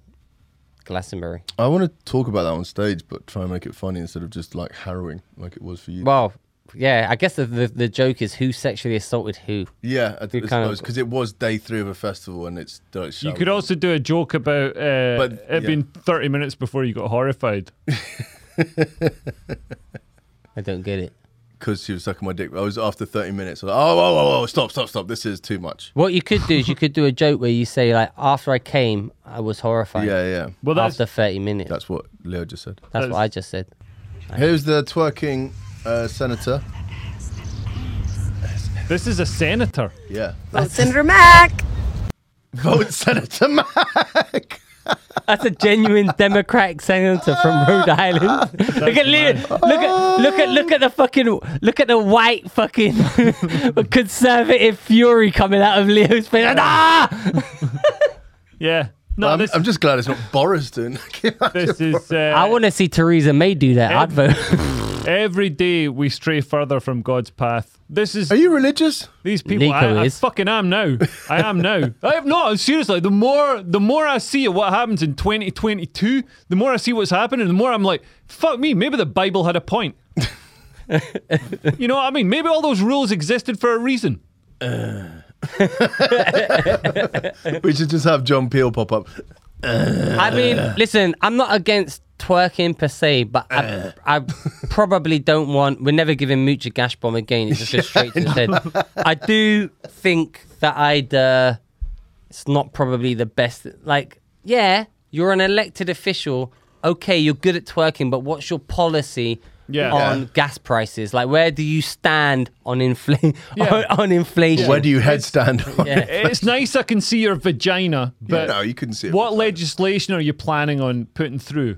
A: Glastonbury.
C: I want to talk about that on stage, but try and make it funny instead of just like harrowing, like it was for you.
A: Well, yeah, I guess the the, the joke is who sexually assaulted who.
C: yeah, I,
A: you
C: think
A: kind of-
C: suppose because it was day three of a festival and it's like,
B: You could also do a joke about uh,
C: But,
B: it
C: yeah.
B: being 30 minutes before you got horrified.
A: I don't get it.
C: because she was sucking my dick. I was after thirty minutes. I was like, oh, whoa, whoa, whoa, stop, stop, stop. This is too much.
A: What you could do is you could do a joke where you say like, after I came, I was horrified.
C: Yeah, yeah.
B: Well, that's
A: after thirty minutes. That's,
C: That's what Leo just said.
A: what I just said.
C: Here's the twerking uh, senator.
B: this is a senator.
C: Yeah,
G: Senator Mac.
C: vote Senator Mac.
A: That's a genuine Democratic senator from Rhode Island. look at Leo,
B: nice.
A: look at look at look at the fucking look at the white fucking conservative fury coming out of Leo's face. Ah!
B: Yeah. No,
C: I'm,
B: this,
C: I'm just glad it's not Boris doing. that.
B: this is. Uh,
A: I want to see Theresa May do that. I'd vote.
B: every day we stray further from God's path. This is
C: Are you religious?
B: These people,
A: Nico
B: I, I
A: is.
B: fucking am now. I am now. I am not seriously. The more, the more I see of what happens in 2022, the more I see what's happening, the more I'm like, fuck me. Maybe the Bible had a point. you know what I mean? Maybe all those rules existed for a reason.
C: We should just have John Peel pop up.
A: I mean, listen, I'm not against twerking per se, but I,
C: Uh.
A: I probably don't want. We're never giving Mooch a gash bomb again. It's just goes straight to his head. I do think that I'd. Uh, it's not probably the best. Like, yeah, you're an elected official. Okay, you're good at twerking, but what's your policy?
B: Yeah.
A: on
C: Yeah.
A: gas prices like where do you stand on infl-
B: Yeah.
A: on, on inflation
C: Where do you headstand? On?
A: Yeah.
B: It's nice I can see your vagina, but
C: no, you couldn't see it.
B: what legislation are you planning on putting through?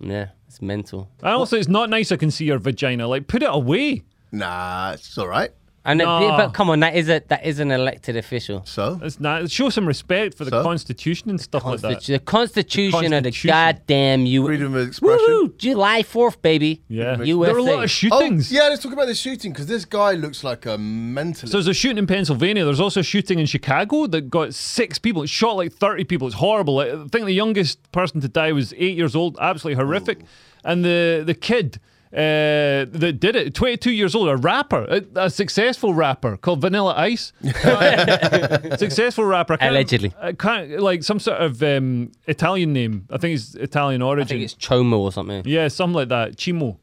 A: yeah it's mental
B: And also, it's not nice I can see your vagina. Like, put it away.
C: Nah, it's all right.
A: and it-
B: Nah.
A: but come on that is a that is an elected official
C: So
B: It's not. Show some respect for the
C: So?
B: Constitution and stuff like that.
A: Constitu- the Constitution, of the
B: Constitution.
A: goddamn U.
C: Freedom of expression. Oh,
A: Woohoo! July Fourth, baby.
B: Yeah,
A: USA.
B: there are a lot of shootings.
C: yeah, let's talk about the shooting because this guy looks like a mentalist.
B: So there's a shooting in Pennsylvania. There's also a shooting in Chicago that got six people. It shot like 30 people. It's horrible. I think the youngest person to die was eight years old. Absolutely horrific. And the the kid uh, that did it, 22 years old, a rapper, a, a successful rapper called Vanilla Ice. successful rapper. I can't-
A: Allegedly.
B: I can't, like some sort of um, Italian name. I think it's Italian origin.
A: I think it's Chomo or something.
B: yeah, something like that. Chimo.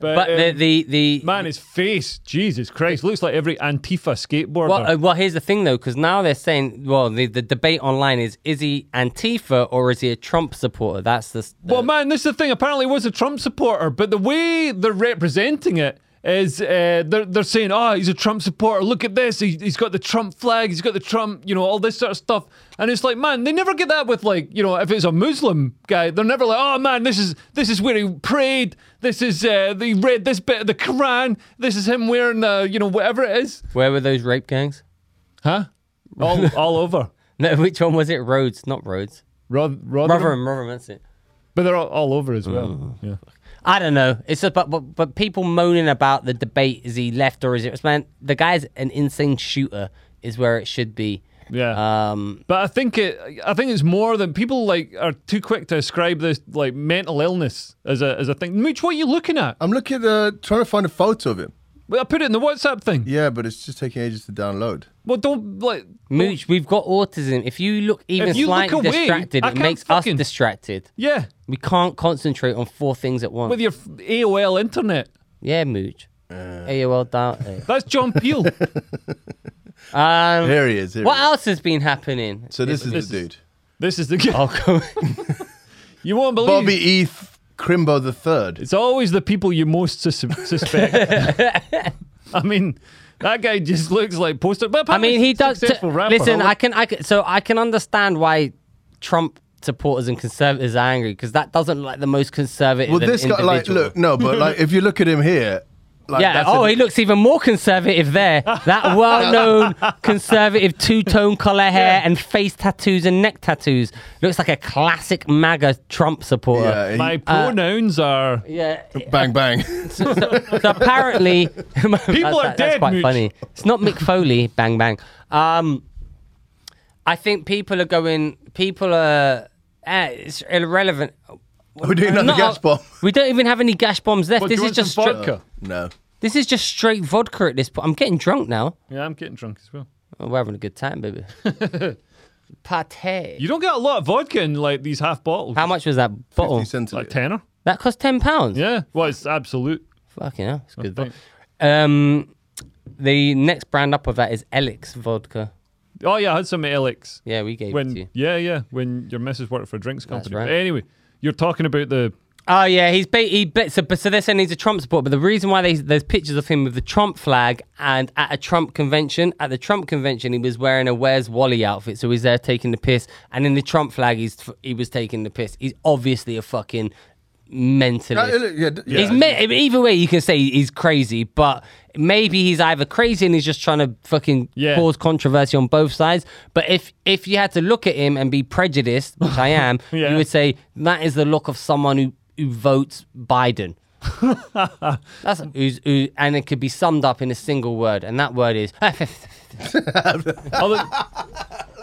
A: But the
B: um,
A: the the
B: Man, his face, Jesus Christ, looks like every Antifa skateboarder.
A: well, uh, well, here's the thing though, because now they're saying, well, the, the debate online is is he Antifa or is he a Trump supporter? That's the, s- the-
B: Well, man, this is the thing. Apparently, he was a Trump supporter, but the way they're representing it is uh, they're, they're saying, oh, he's a Trump supporter. Look at this. He, he's got the Trump flag. He's got the Trump, you know, all this sort of stuff. And it's like, man, they never get that with, like, you know, if it's a Muslim guy, they're never like, oh, man, this is this is where he prayed. This is, uh, he read this bit of the Quran. This is him wearing, uh, you know, whatever it is.
A: where were those rape gangs?
B: Huh? All, all over.
A: No, which one was it? Rhodes, not Rhodes.
B: Roth- Rotherham.
A: Rotherham, Rotherham, that's it.
B: But they're all, all over as well. Yeah.
A: I don't know. It's just, but, but but people moaning about the debate: is he left or is it? Man, the guy's an insane shooter. Is where it should be.
B: Yeah.
A: Um,
B: But I think it. I think it's more than people like are too quick to ascribe this like mental illness as a as a thing. Mooch, what are you looking at?
C: I'm looking at the, trying to find a photo of him.
B: Well, I put it in the WhatsApp thing.
C: Yeah, but it's just taking ages to download.
B: Well, don't like.
A: Mooch, we've got autism. If you look even
B: If you look
A: slightly
B: away,
A: distracted,
B: I
A: it
B: can't
A: makes
B: fucking-
A: us distracted.
B: Yeah,
A: We can't concentrate on four things at once.
B: with your f- AOL internet.
A: yeah, Mooch.
C: Uh,
A: AOL down.
B: That's John Peel.
A: Um,
C: Here he is. Here
A: what
C: he is.
A: else has been happening?
C: So this is
B: This
C: the
B: is-
C: dude.
B: this is the guy.
A: I'll go-
B: You won't believe.
C: Bobby E. Th- Crimbo the Third.
B: It's always the people you most sus- suspect. I mean, that guy just looks like poster. But
A: I mean, he does.
B: T-
A: T- listen, I can, I can. So I can understand why Trump supporters and conservatives are angry because that doesn't look like the most conservative.
C: Well,
A: an
C: this guy, like,
A: individual.
C: look, no, but like, if you look at him here,
B: Uh,
C: like,
A: yeah.
C: that's
A: Oh,
C: a-
A: he looks even more conservative there. That well-known conservative two-tone color hair and face tattoos and neck tattoos looks like a classic MAGA Trump supporter.
C: yeah, he-
B: My
A: uh,
B: pronouns are.
A: Yeah,
C: bang bang.
A: so, so- so apparently, people
B: are
A: That's
B: dead,
A: quite
B: Mooch.
A: funny. It's not Mick Foley. bang bang. Um, I think people are going. People are. eh, it's irrelevant.
C: We're doing another
A: Not
C: gas
A: a-
C: bomb.
A: We don't even have any gas bombs left.
B: What, do
A: this
B: you
A: is
B: want some
A: just straight.
B: vodka?
C: No.
A: This is just straight vodka at this point. I'm getting drunk now.
B: Yeah, I'm getting drunk as well.
A: Oh, we're having a good time, baby. Pate.
B: You don't get a lot of vodka in like these half bottles.
A: How much was that bottle?
C: 50 cents a
B: Like
C: litre.
B: tenner.
A: That cost ten pounds.
B: Yeah. Well, it's absolute.
A: Fucking hell, it's good.
B: Right.
A: vo- Um, the next brand up of that is Elix vodka.
B: Oh yeah, I had some Alex.
A: Yeah, we gave it to you.
B: When yeah, yeah, when your missus worked for a drinks company.
A: right.
B: But anyway, you're talking about the
A: Oh yeah, he's ba- he ba- so, but so they're saying he's a Trump supporter. But the reason why they, there's pictures of him with the Trump flag and at a Trump convention, at the Trump convention, he was wearing a Where's Wally outfit, so he's there taking the piss. And in the Trump flag, he's f- he was taking the piss. He's obviously a fucking
C: Uh,
A: mentalist.
C: yeah, d- yeah.
A: He's me- either way, you can say he's crazy, but maybe he's either crazy and he's just trying to fucking
B: Yeah.
A: cause controversy on both sides. But if if you had to look at him and be prejudiced, which I am,
B: Yeah.
A: you would say that is the look of someone who, who votes Biden. That's who's, who, and it could be summed up in a single word, and that word is.
B: although,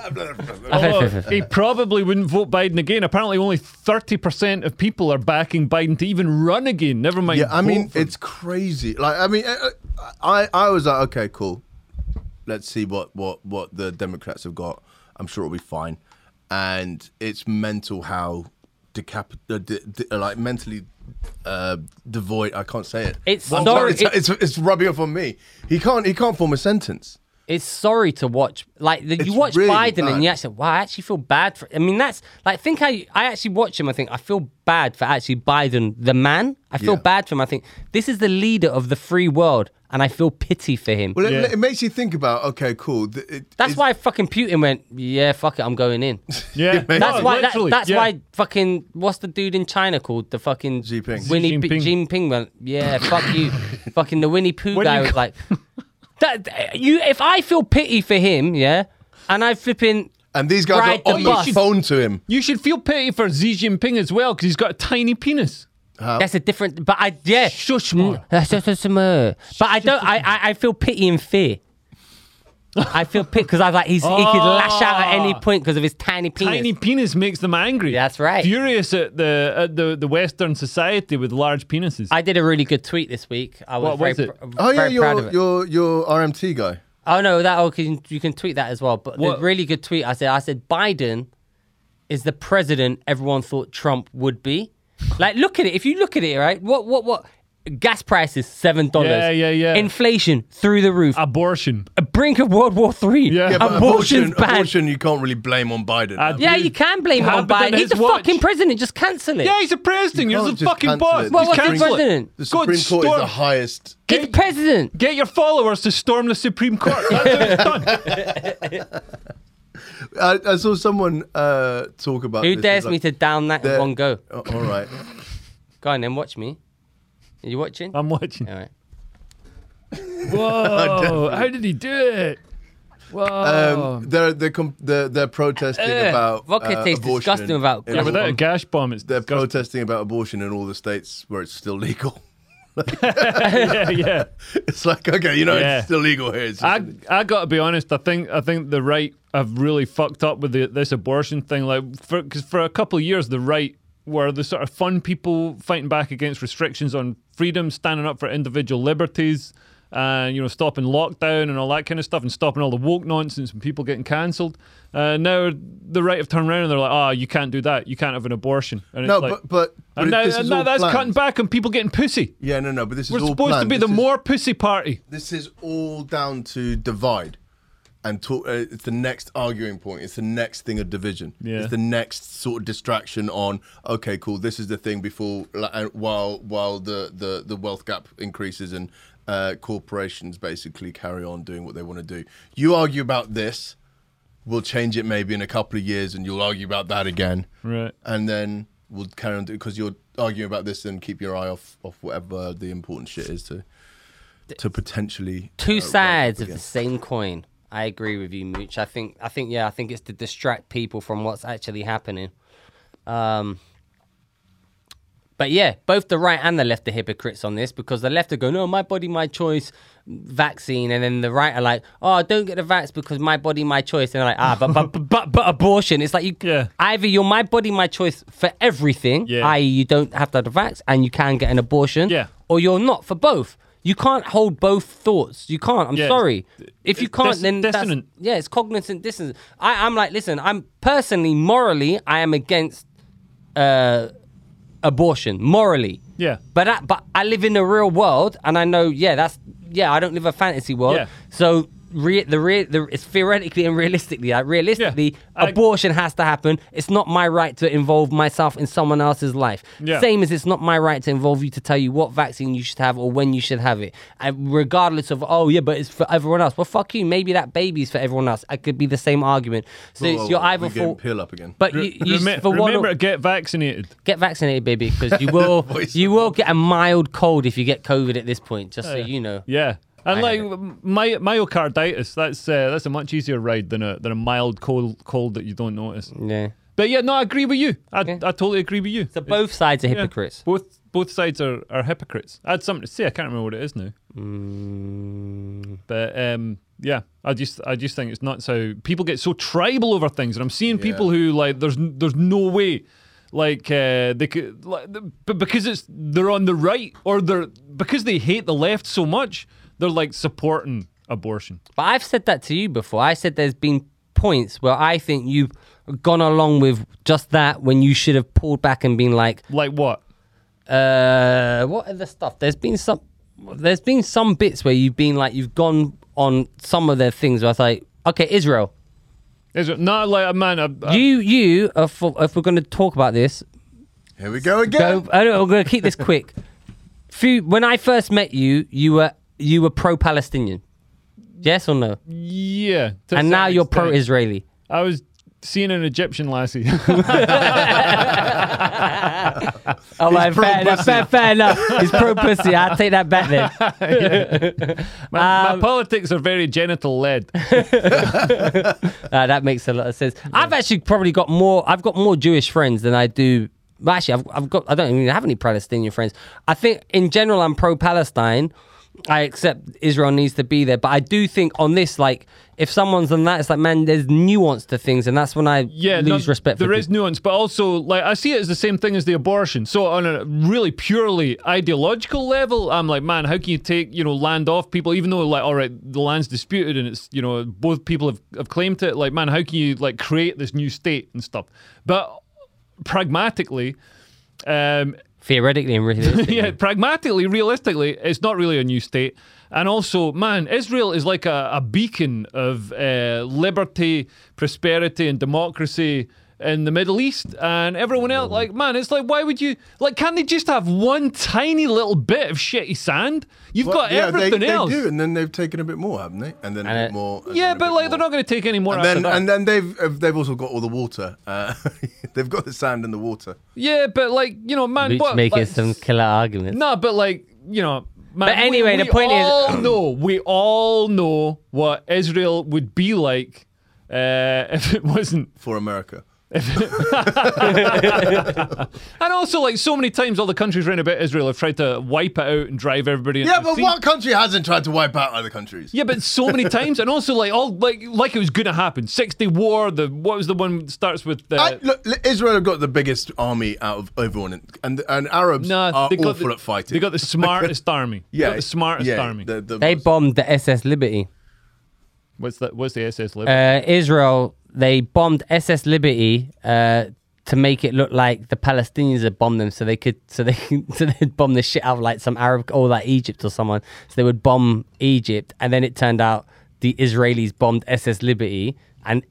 B: although he probably wouldn't vote Biden again. Apparently only thirty percent of people are backing Biden to even run again. Never mind.
C: Yeah, I mean,
B: vote for him.
C: it's crazy. Like, I mean, uh, uh, I I was like, okay, cool. Let's see what what what the Democrats have got. I'm sure it'll be fine. And it's mental how decap uh, de- de- uh, like mentally uh, devoid. I can't say it.
A: It's
C: Well,
A: sorry-
C: It's, it's it's rubbing off on me. He can't he can't form a sentence.
A: it's sorry to watch. Like the, you
C: It's
A: watch
C: really
A: Biden
C: bad.
A: and you actually, wow, I actually feel bad for. I mean, that's like think I I actually watch him. I think I feel bad for actually Biden, the man. I feel
C: Yeah.
A: bad for him. I think this is the leader of the free world, and I feel pity for him.
C: Well, it-
B: Yeah.
C: it, makes you think about okay, cool. th- it-
A: that's
C: it's-
A: why fucking Putin went, yeah, fuck it, I'm going in.
B: yeah.
C: That's
A: That's
B: No,
A: why. That,
B: literally,
A: that's
B: yeah.
A: why fucking what's the dude in China called? The fucking
C: Xi Jinping.
A: Winnie
B: Xi
A: P-
B: Jinping.
A: Jinping went, yeah, fuck you. fucking the Winnie Pooh
B: What do
A: guy
B: you
A: was
B: call-
A: like, that you. If I feel pity for him, yeah, and I flipping.
C: And these guys
A: Ride the
C: are on the
A: bus.
C: phone to him.
B: You should feel pity for Xi Jinping as well, because he's got a tiny penis.
C: Uh,
A: That's a different, but I yeah.
B: Shush more.
A: That's just a summer. But I don't. I, I I feel pity and fear. I feel pity because I was like he's, he could lash out at any point because of his tiny penis.
B: Oh. Tiny penis makes them angry.
A: That's right.
B: Furious at the at the, the Western society with large penises.
A: I did a really good tweet this week. I was
B: What
A: very,
B: was it?
A: pr-
C: Oh yeah,
A: very proud of
C: your
A: it.
C: your your RMT guy.
A: Oh no, that oh, can, you can tweet that as well. But the
B: What?
A: really good tweet I said I said Biden is the president everyone thought Trump would be. Like look at it. If you look at it, right? What what what gas prices seven dollars.
B: Yeah, yeah, yeah.
A: Inflation through the roof.
B: Abortion.
A: brink of World War Three.
B: Yeah. Yeah,
C: but
A: abortion's banned.
C: abortion you can't really blame on Biden.
B: I-
C: now.
A: Yeah, you can blame it on
B: Happened on
A: Biden. He's
B: his
A: the
B: watch.
A: fucking president. Just cancel it.
B: Yeah, he's a president. You're
C: can't
B: the
C: just
B: fucking
C: cancel
B: boss.
C: it.
A: Well,
B: Just
A: what's the
B: cancel it.
A: president?
C: The
B: Go
C: Supreme
B: and
C: Court is
B: storm-
C: the highest.
A: He's president.
B: Get your followers to storm the Supreme Court. That's how it's done.
C: I, I saw someone uh, talk about
A: Who
C: this.
A: dares
C: It's
A: me to
C: like-
A: down that in
C: There-
A: one go?
C: Oh, all right.
A: Go on then, watch me. Are you watching?
B: I'm watching.
A: All right.
B: Whoa! Oh, how did he do it? Whoa! Oh.
C: Um, they're they're, com- they're they're protesting
A: Ugh,
C: about
A: vodka
C: uh,
A: tastes
C: abortion
A: disgusting without Yeah,
C: in
B: yeah,
C: all-
B: without a gash bomb, it's
C: They're
B: disgusting.
C: protesting about abortion in all the states where it's still legal.
B: yeah, yeah.
C: It's like okay, you know,
B: Yeah.
C: it's still legal here. It's just-
B: I I got to be honest. I think I think the right have really fucked up with the, this abortion thing. Like for cause for a couple of years, the right were the sort of fun people fighting back against restrictions on freedom, standing up for individual liberties. and you know stopping lockdown and all that kind of stuff and stopping all the woke nonsense and people getting cancelled. Uh, now the right have turned around and they're like, oh, you can't do that. You can't have an abortion. And
C: No,
B: it's like,
C: but but, but
B: and
C: it-
B: now,
C: this
B: and
C: is
B: now
C: all
B: that's
C: planned.
B: cutting back on people getting pussy.
C: Yeah, no, no, but this
B: We're
C: is all
B: supposed to
C: planned.
B: be the
C: This is-
B: more pussy party.
C: This is all down to divide, and talk. Uh, it's the next arguing point. It's the next thing of division.
B: Yeah.
C: It's the next sort of distraction on. Okay, cool. This is the thing before, like, and while while the the the wealth gap increases and uh, corporations basically carry on doing what they want to do. You argue about this, we'll change it maybe in a couple of years, and you'll argue about that again.
B: Right.
C: And then we'll carry on because you're arguing about this, and keep your eye off off whatever the important shit is to to potentially
A: two
C: uh,
A: sides
C: work
A: of the
C: against.
A: same coin. I agree with you, Mooch. I think, I think, yeah, I think it's to distract people from what's actually happening. Um, but yeah, both the right and the left are hypocrites on this because the left are going, "Oh, my body, my choice, vaccine," and then the right are like, "Oh, don't get the vax because my body, my choice," and they're like, "Ah, but but but, but, but abortion." It's like you
B: Yeah.
A: either you're my body, my choice for everything,
B: Yeah.
A: i.e., you don't have to have the vax and you can get an abortion,
B: Yeah.
A: or you're not for both. You can't hold both thoughts. You can't. I'm
B: Yeah, it's-
A: sorry. If you
B: it's
A: can't,
B: dis-
A: then that's-
B: dissonant.
A: yeah, it's cognizant dissonance. I, I'm like, listen, I'm personally, morally, I am against uh, abortion, morally.
B: Yeah.
A: But I, but I live in the real world, and I know, yeah, that's yeah, I don't live a fantasy world.
B: Yeah.
A: So re- the re- the it's theoretically and realistically, like realistically,
B: I-
A: abortion has to happen. It's not my right to involve myself in someone else's life.
B: Yeah.
A: Same as it's not my right to involve you to tell you what vaccine you should have or when you should have it. And regardless of, oh, yeah, but it's for everyone else. Well, fuck you. Maybe that baby's for everyone else. It could be the same argument. So
C: Whoa,
A: it's
C: whoa,
A: your
C: whoa,
A: either
C: we're getting
A: for.
C: peel up again.
A: But you, you
B: Remem-
A: for one or-
B: remember, to get vaccinated.
A: get vaccinated, baby, because you will
C: voice
A: you will get a mild cold if you get COVID at this point. Just so you know.
B: Oh, Yeah. And
A: I
B: like
A: had
B: my, myocarditis, that's uh, that's a much easier ride than a than a mild cold cold that you don't notice.
A: Yeah.
B: But yeah, no, I agree with you. I, I totally agree with you.
A: So both sides are
B: Yeah.
A: hypocrites.
B: Both both sides are, are hypocrites. I had something to say. I can't remember what it is now.
A: Mm.
B: But um, yeah, I just I just think it's nuts how people get so tribal over things, and I'm seeing people who like there's n- there's no way. Like uh, they could, like, the- but because it's they're on the right, or they're because they hate the left so much, they're like supporting abortion.
A: But I've said that to you before. I said there's been points where I think you've gone along with just that when you should have pulled back and been like,
B: Like what?
A: uh, what are the stuff? There's been some there's been some bits where you've been like you've gone on some of their things where I was like, okay, Israel,
B: Is it not like a man? I, I,
A: you you are for, if we're going to talk about this,
C: Here we go again.
A: go. I don't, I'm going to keep this quick. Few, when I first met you, you were you were pro-Palestinian. Yes or no?
B: yeah. to a
A: and now
B: certain
A: you're
B: extent.
A: pro-Israeli.
B: I was seeing an Egyptian lassie.
A: Oh, right, fair enough, fair, fair enough. He's pro-pussy. I'll take that back then.
B: My
A: Um,
B: politics are very genital led.
A: Uh, that makes a lot of sense. I've actually probably got more. I've got more Jewish friends than I do. well, Actually, I've, I've got. I don't even have any Palestinian friends. I think in general, I'm pro-Palestine. I accept Israel needs to be there, but I do think on this, like, if someone's on that, it's like, man, there's nuance to things, and that's when I
B: Yeah,
A: lose
B: no,
A: respect.
B: There
A: for
B: is
A: people.
B: nuance, but also like I see it as the same thing as the abortion. So on a really purely ideological level, I'm like, man, how can you take you know land off people, even though like all right, the land's disputed and it's you know both people have, have claimed it. Like, man, how can you like create this new state and stuff? But pragmatically. Um,
A: theoretically and realistically.
B: yeah, pragmatically, realistically, it's not really a new state. And also, man, Israel is like a, a beacon of uh, liberty, prosperity, and democracy in the Middle East. And everyone else, like, man, it's like, why would you, like, can they just have one tiny little bit of shitty sand? You've
C: Well,
B: got everything
C: they,
B: else.
C: They do, and then they've taken a bit more, haven't they? And then a
A: And
C: bit
A: it-
C: more. and
B: Yeah,
C: then a
B: but
C: bit
B: like,
C: more.
B: they're not going to take any more.
C: And
B: after
C: then,
B: that.
C: and then they've uh, they've also got all the water. Uh, they've got the sand and the water.
B: yeah, but like, you know, man,
A: Luke's
B: what?
A: making
B: like,
A: some killer arguments.
B: No, but like you know. Man,
A: But anyway,
B: we,
A: the
B: we
A: point is-
B: all know we all know what Israel would be like uh, if it wasn't
C: for America.
B: And also, like so many times, all the countries around about Israel have tried to wipe it out and drive everybody. into
C: Yeah,
B: the
C: but
B: sea.
C: what country hasn't tried to wipe out other countries?
B: Yeah, but so many times, and also like all like like it was gonna happen. Six Day War. The what was the one that starts with? Uh,
C: I, look, li- Israel have got the biggest army out of everyone, in- and and Arabs
B: no,
C: are
B: they got
C: Uh, awful
B: the,
C: at fighting.
B: They got the smartest army. Yeah, the smartest
C: yeah,
B: army.
C: the- the-
A: They bombed the SS Liberty.
B: what's that? What's the SS live?
A: Uh, Israel, they bombed SS Liberty uh, to make it look like the Palestinians had bombed them, so they could, so they, so they'd bomb the shit out of like some Arab or like Egypt or someone. So they would bomb Egypt, and then it turned out the Israelis bombed SS Liberty, and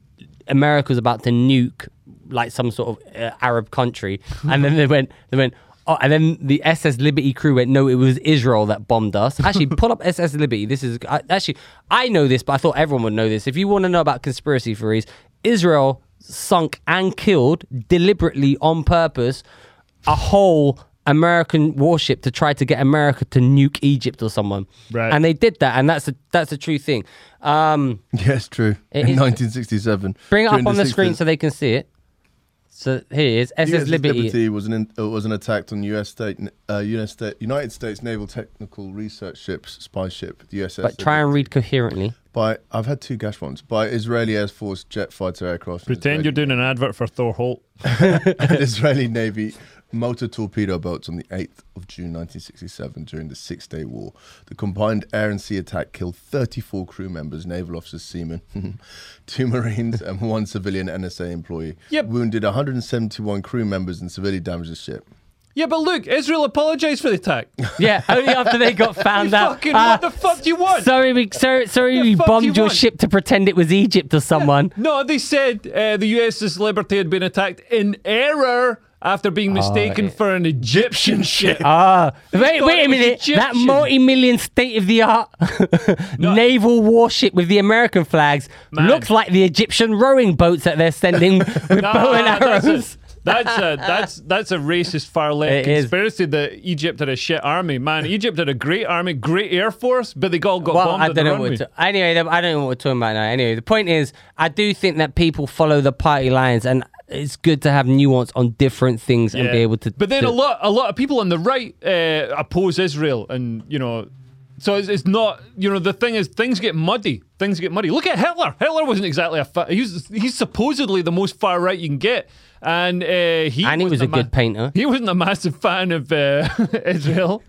A: America was about to nuke like some sort of uh, Arab country, and then they went, they went. Oh, and then the SS Liberty crew went, no, it was Israel that bombed us. Actually, pull up SS Liberty. This is I, actually, I know this, but I thought everyone would know this. If you want to know about conspiracy theories, Israel sunk and killed deliberately on purpose a whole American warship to try to get America to nuke Egypt or someone.
B: Right.
A: And they did that, and that's a that's a true thing. Um,
C: yes, true.
A: It
C: in
A: is-
C: 1967,
A: bring it up
C: during
A: on the screen
C: 60s
A: so they can see it. So here it is SS
C: USS
A: Liberty.
C: Liberty was an in, uh, was an attack on U.S. state uh, United States United States naval technical research ships spy ship the USS.
A: But try and read coherently.
C: by I've had two gash ones by Israeli Air Force jet fighter aircraft. and
B: Pretend
C: Israeli-
B: you're doing an advert for Thor Holt.
C: and Israeli Navy motor torpedo boats on the 8th of June 1967 during the Six Day War. The combined air and sea attack killed 34 crew members, naval officers, seamen, two Marines, and one civilian NSA employee.
B: Yep.
C: Wounded 171 crew members and severely damaged the ship.
B: Yeah, but look, Israel apologized for the attack.
A: Yeah, only after they got found out.
B: Fucking
A: Ah,
B: what the fuck do you want?
A: Sorry, we sorry, sorry
B: The
A: we
B: fuck you
A: bombed your
B: want?
A: ship to pretend it was Egypt or someone.
B: No, they said uh, the USS Liberty had been attacked in error after being mistaken
A: Ah, yeah.
B: for an Egyptian ship.
A: Ah, wait,
B: thought
A: wait
B: it
A: a
B: was
A: minute. That
B: Egyptian.
A: multi-million state-of-the-art naval warship with the American flags
B: Man.
A: looks like the Egyptian rowing boats that they're sending with bow and
B: that's
A: arrows.
B: a, that's a that's that's a racist far
A: It
B: left
A: is.
B: conspiracy that Egypt had a shit army. Man, Egypt had a great army, great air force, but they all got
A: Well,
B: bombed.
A: I don't
B: on the
A: know. What
B: runway.
A: we're ta- anyway, I don't know what we're talking about now. Anyway, the point is, I do think that people follow the party lines, and it's good to have nuance on different things and
B: Yeah.
A: be able to.
B: But then
A: to-
B: a lot, a lot of people on the right uh, oppose Israel, and you know, so it's, it's not. You know, the thing is, things get muddy. Things get muddy. Look at Hitler. Hitler wasn't exactly a. Fa- he's he's supposedly the most far right you can get, and uh, he
A: And he
B: wasn't
A: was a
B: ma-
A: good painter.
B: He wasn't a massive fan of uh, Israel.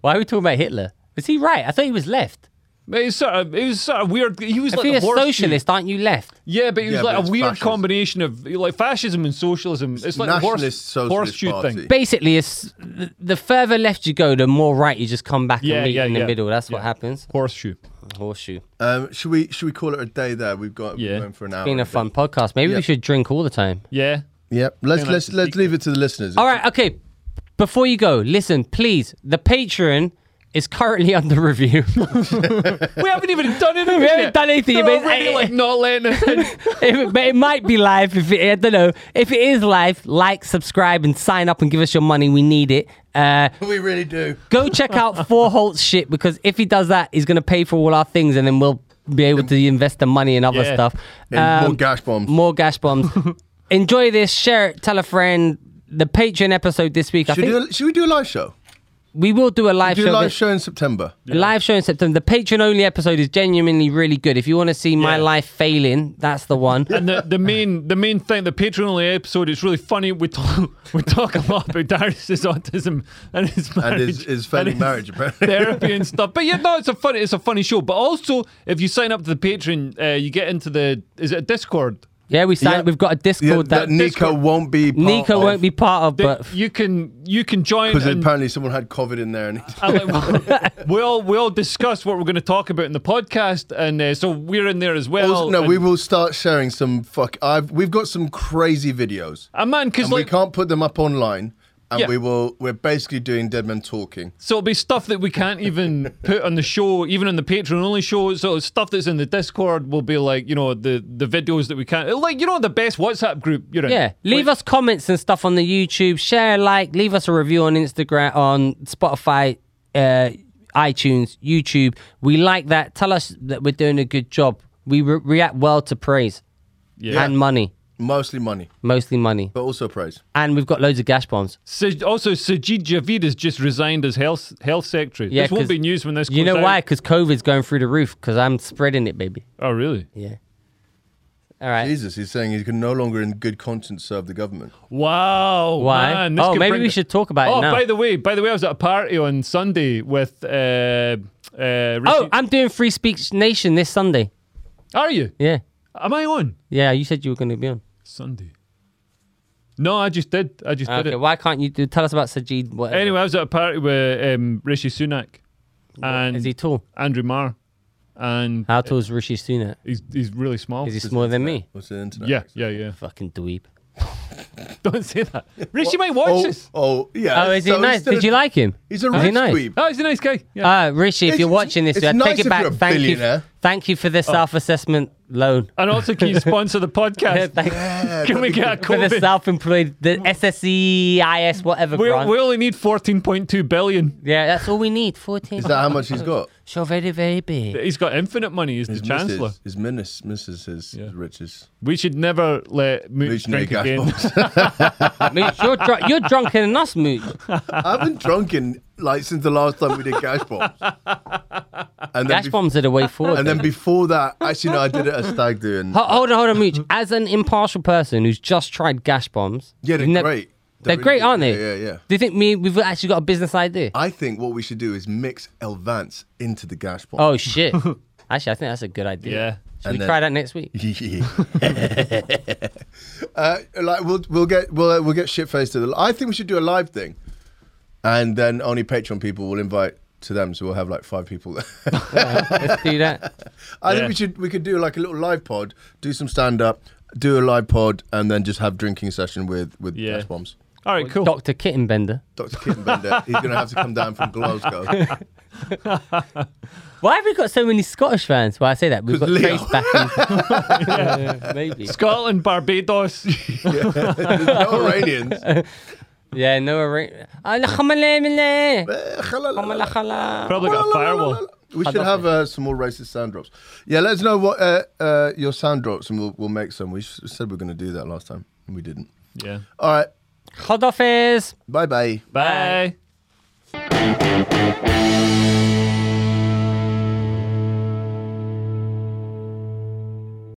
A: Why are we talking about Hitler? Is he right? I thought he was left.
B: But he's sort of, he was sort of weird. He was
A: If
B: like
A: you're
B: the
A: a
B: horseshoe.
A: socialist, aren't you left?
B: Yeah, but it was
C: Yeah, but
B: like a
C: it's
B: weird
C: fascism.
B: combination of like fascism and socialism. It's like the horse,
C: Nationalist Socialist
B: horseshoe
C: Party.
B: thing.
A: Basically, it's the, the further left you go, the more right you just come back
B: Yeah,
A: and meet
B: yeah,
A: in the
B: yeah.
A: middle. That's what
B: Yeah.
A: happens.
B: Horseshoe.
A: Horseshoe.
C: Um, should we should we call it a day there? We've got
B: Yeah.
C: we're going for an hour.
A: Being a
C: and bit.
A: fun podcast. Maybe we
C: Yeah.
A: should drink all the time.
B: Yeah.
C: Yep. Let's
B: Being
C: let's
B: like-
C: let's leave it to the listeners.
A: All right, okay. Before you go, listen, please. The Patreon is currently under review.
B: We haven't even done anything.
A: We haven't
B: yet.
A: done anything,
B: They're
A: but it's-
B: already, like not letting us in.
A: If- but it might be live. If it, I don't know. If it is live, like, subscribe, and sign up and give us your money. We need it. Uh,
C: We really do.
A: go check out Four Holt's shit because if he does that, he's going to pay for all our things and then we'll be able to invest the money in other
B: Yeah.
A: stuff.
C: And more
A: Um,
C: gash bombs.
A: more gas bombs. Enjoy this. Share it. Tell a friend. The Patreon episode this week. I
C: should, we
A: think
C: do a, should we do a live show?
A: we will do a live
C: Do
A: show.
C: a
A: but-
C: live show in September.
A: Live show in September. The Patreon only episode is genuinely really good. If you want to see my
B: Yeah.
A: life failing, that's the one.
B: And the, the main the main thing, the Patreon only episode, it's really funny. We talk we talk a lot about Darius's autism and his marriage
C: And his- his failing marriage, apparently.
B: therapy and stuff. But yeah, no, it's a funny it's a funny show. But also, if you sign up to the Patreon, uh, you get into the is it a Discord?
A: Yeah, we signed.
C: Yeah.
A: We've got a
C: Yeah,
A: Discord
C: that
A: that,
C: Nico
B: Discord-
C: won't be. Part
A: Nico
C: of.
A: won't be part of,
B: That
A: but
B: you can you can join
C: Because
B: and-
C: apparently someone had COVID in there, and
B: and, like, we all we all discuss what we're going to talk about in the podcast, and uh, so we're in there as well.
C: also, no,
B: and,
C: we will start sharing some fuck. I've we've got some crazy videos,
B: Uh, man, because
C: and
B: like
C: we can't put them up online. And
B: Yeah.
C: we will. We're basically doing dead men talking.
B: So it'll be stuff that we can't even put on the show, even on the Patreon only show. So stuff that's in the Discord will be like, you know, the the videos that we can't like, you know, the best WhatsApp group you're in.
A: Yeah, leave us comments and stuff on the YouTube. Share, like, leave us a review on Instagram, on Spotify, uh, iTunes, YouTube. We like that. Tell us that we're doing a good job. We re- react well to praise
B: Yeah.
A: and money.
C: Mostly money,
A: Mostly money.
C: but also praise.
A: And we've got loads of gash bombs.
B: Saj- also, Sajid Javid has just resigned as health health secretary.
A: Yeah,
B: this won't
A: 'cause
B: be news when this.
A: You
B: comes
A: know
B: out.
A: why? Because COVID's going through the roof because I'm spreading it, baby.
B: Oh, really?
A: Yeah. All right.
C: Jesus, he's saying he can no longer in good conscience serve the government.
B: Wow.
A: Why?
B: man, this
A: Oh,
B: could
A: maybe
B: bring
A: we
B: the-
A: should talk about it
B: Oh,
A: now.
B: by the way, by the way, I was at a party on Sunday with. Uh, uh, Rishi.
A: Oh, I'm doing Free Speech Nation this Sunday.
B: are you?
A: Yeah.
B: Am I on
A: Yeah, you said you were going to be on.
B: Sunday? No, I just did. I just did
A: Okay,
B: it.
A: why can't you do, tell us about Sajid? Whatever.
B: Anyway, I was at a party with um, Rishi Sunak and
A: is he tall?
B: Andrew Marr, and
A: How tall is Rishi Sunak?
B: he's he's really small.
A: Is he smaller than me?
C: What's the internet?
B: yeah, yeah, yeah.
A: Fucking dweeb.
B: Don't say that. Rishi might watch
C: Oh,
B: this.
C: oh, yeah.
A: Oh, is he
C: So
A: nice?
C: instead
A: Did
C: of-
A: you like him?
C: He's a
A: Is
C: rich
A: he nice?
C: dweeb.
B: Oh, he's a nice guy. Yeah.
A: Uh, Rishi, if
C: It's-
A: you're watching this,
C: it's
A: I
C: nice
A: take
C: if
A: it back.
C: you're a
A: Thank you,
C: billionaire. Oh.
A: thank you for the self-assessment loan.
B: and also, can you sponsor the podcast?
A: Thank-
C: Yeah,
B: Can we get a
A: for the
B: COVID?
A: self-employed, the SSEIS, whatever
B: we,
A: grant.
B: we only need 14.2 billion.
A: yeah, that's all we need. Fourteen.
C: Is that how much he's got?
A: so very, very big.
B: He's got infinite money. He's the chancellor.
C: missus, his minis, missus, his
B: Yeah.
C: riches.
B: We should never let Mooch
C: Visionary
B: drink again.
C: gash bombs.
A: Mooch, you're, dr- you're drunker than us, Mooch.
C: I haven't drunk in like since the last time we did gash bombs. And then,
A: Gash
C: bef-
A: bombs are the way forward.
C: and then before that, actually no, I did it at stag do and
A: Ho- hold on, hold on, Mooch. As an impartial person who's just tried gash bombs,
C: yeah, they're
A: you've nev-
C: great.
A: They're,
C: really
A: great,
C: good.
A: aren't they?
C: Yeah, yeah, Uh, yeah.
A: Do you think me? We've actually got a business idea.
C: I think what we should do is mix El Vance into the gash bomb.
A: oh shit! actually, I think that's a good idea.
B: Yeah.
A: Should we
C: And then-
A: try that next week?
C: uh, like we'll we'll get we'll uh, we'll get shit faced to the. I think we should do a live thing, and then only Patreon people will invite to them. So we'll have like five people.
A: Let's do that.
C: I
B: Yeah.
C: think we should we could do like a little live pod, do some stand up, do a live pod, and then just have drinking session with with
B: Yeah.
C: gas bombs.
B: All right, cool.
A: Doctor Kittenbender.
C: Doctor Kittenbender, he's gonna have to come down from Glasgow.
A: Why have we got so many Scottish fans? Well, I say that we've got
C: 'Cause Leo.
A: Trace back. In- Yeah, maybe.
B: Scotland, Barbados.
C: There's no Iranians.
A: Yeah, no. arra- Ah, la khamala mala,
C: Eh, khalala.
A: khamala khala.
B: Probably got a firewall.
C: We should have uh, some more racist sound drops. Yeah, let us know what uh, uh, your sound drops, and we'll we'll make some. We s- said we are gonna do that last time, and we didn't.
B: Yeah.
C: All right,
A: Khodafez.
C: bye bye.
B: Bye.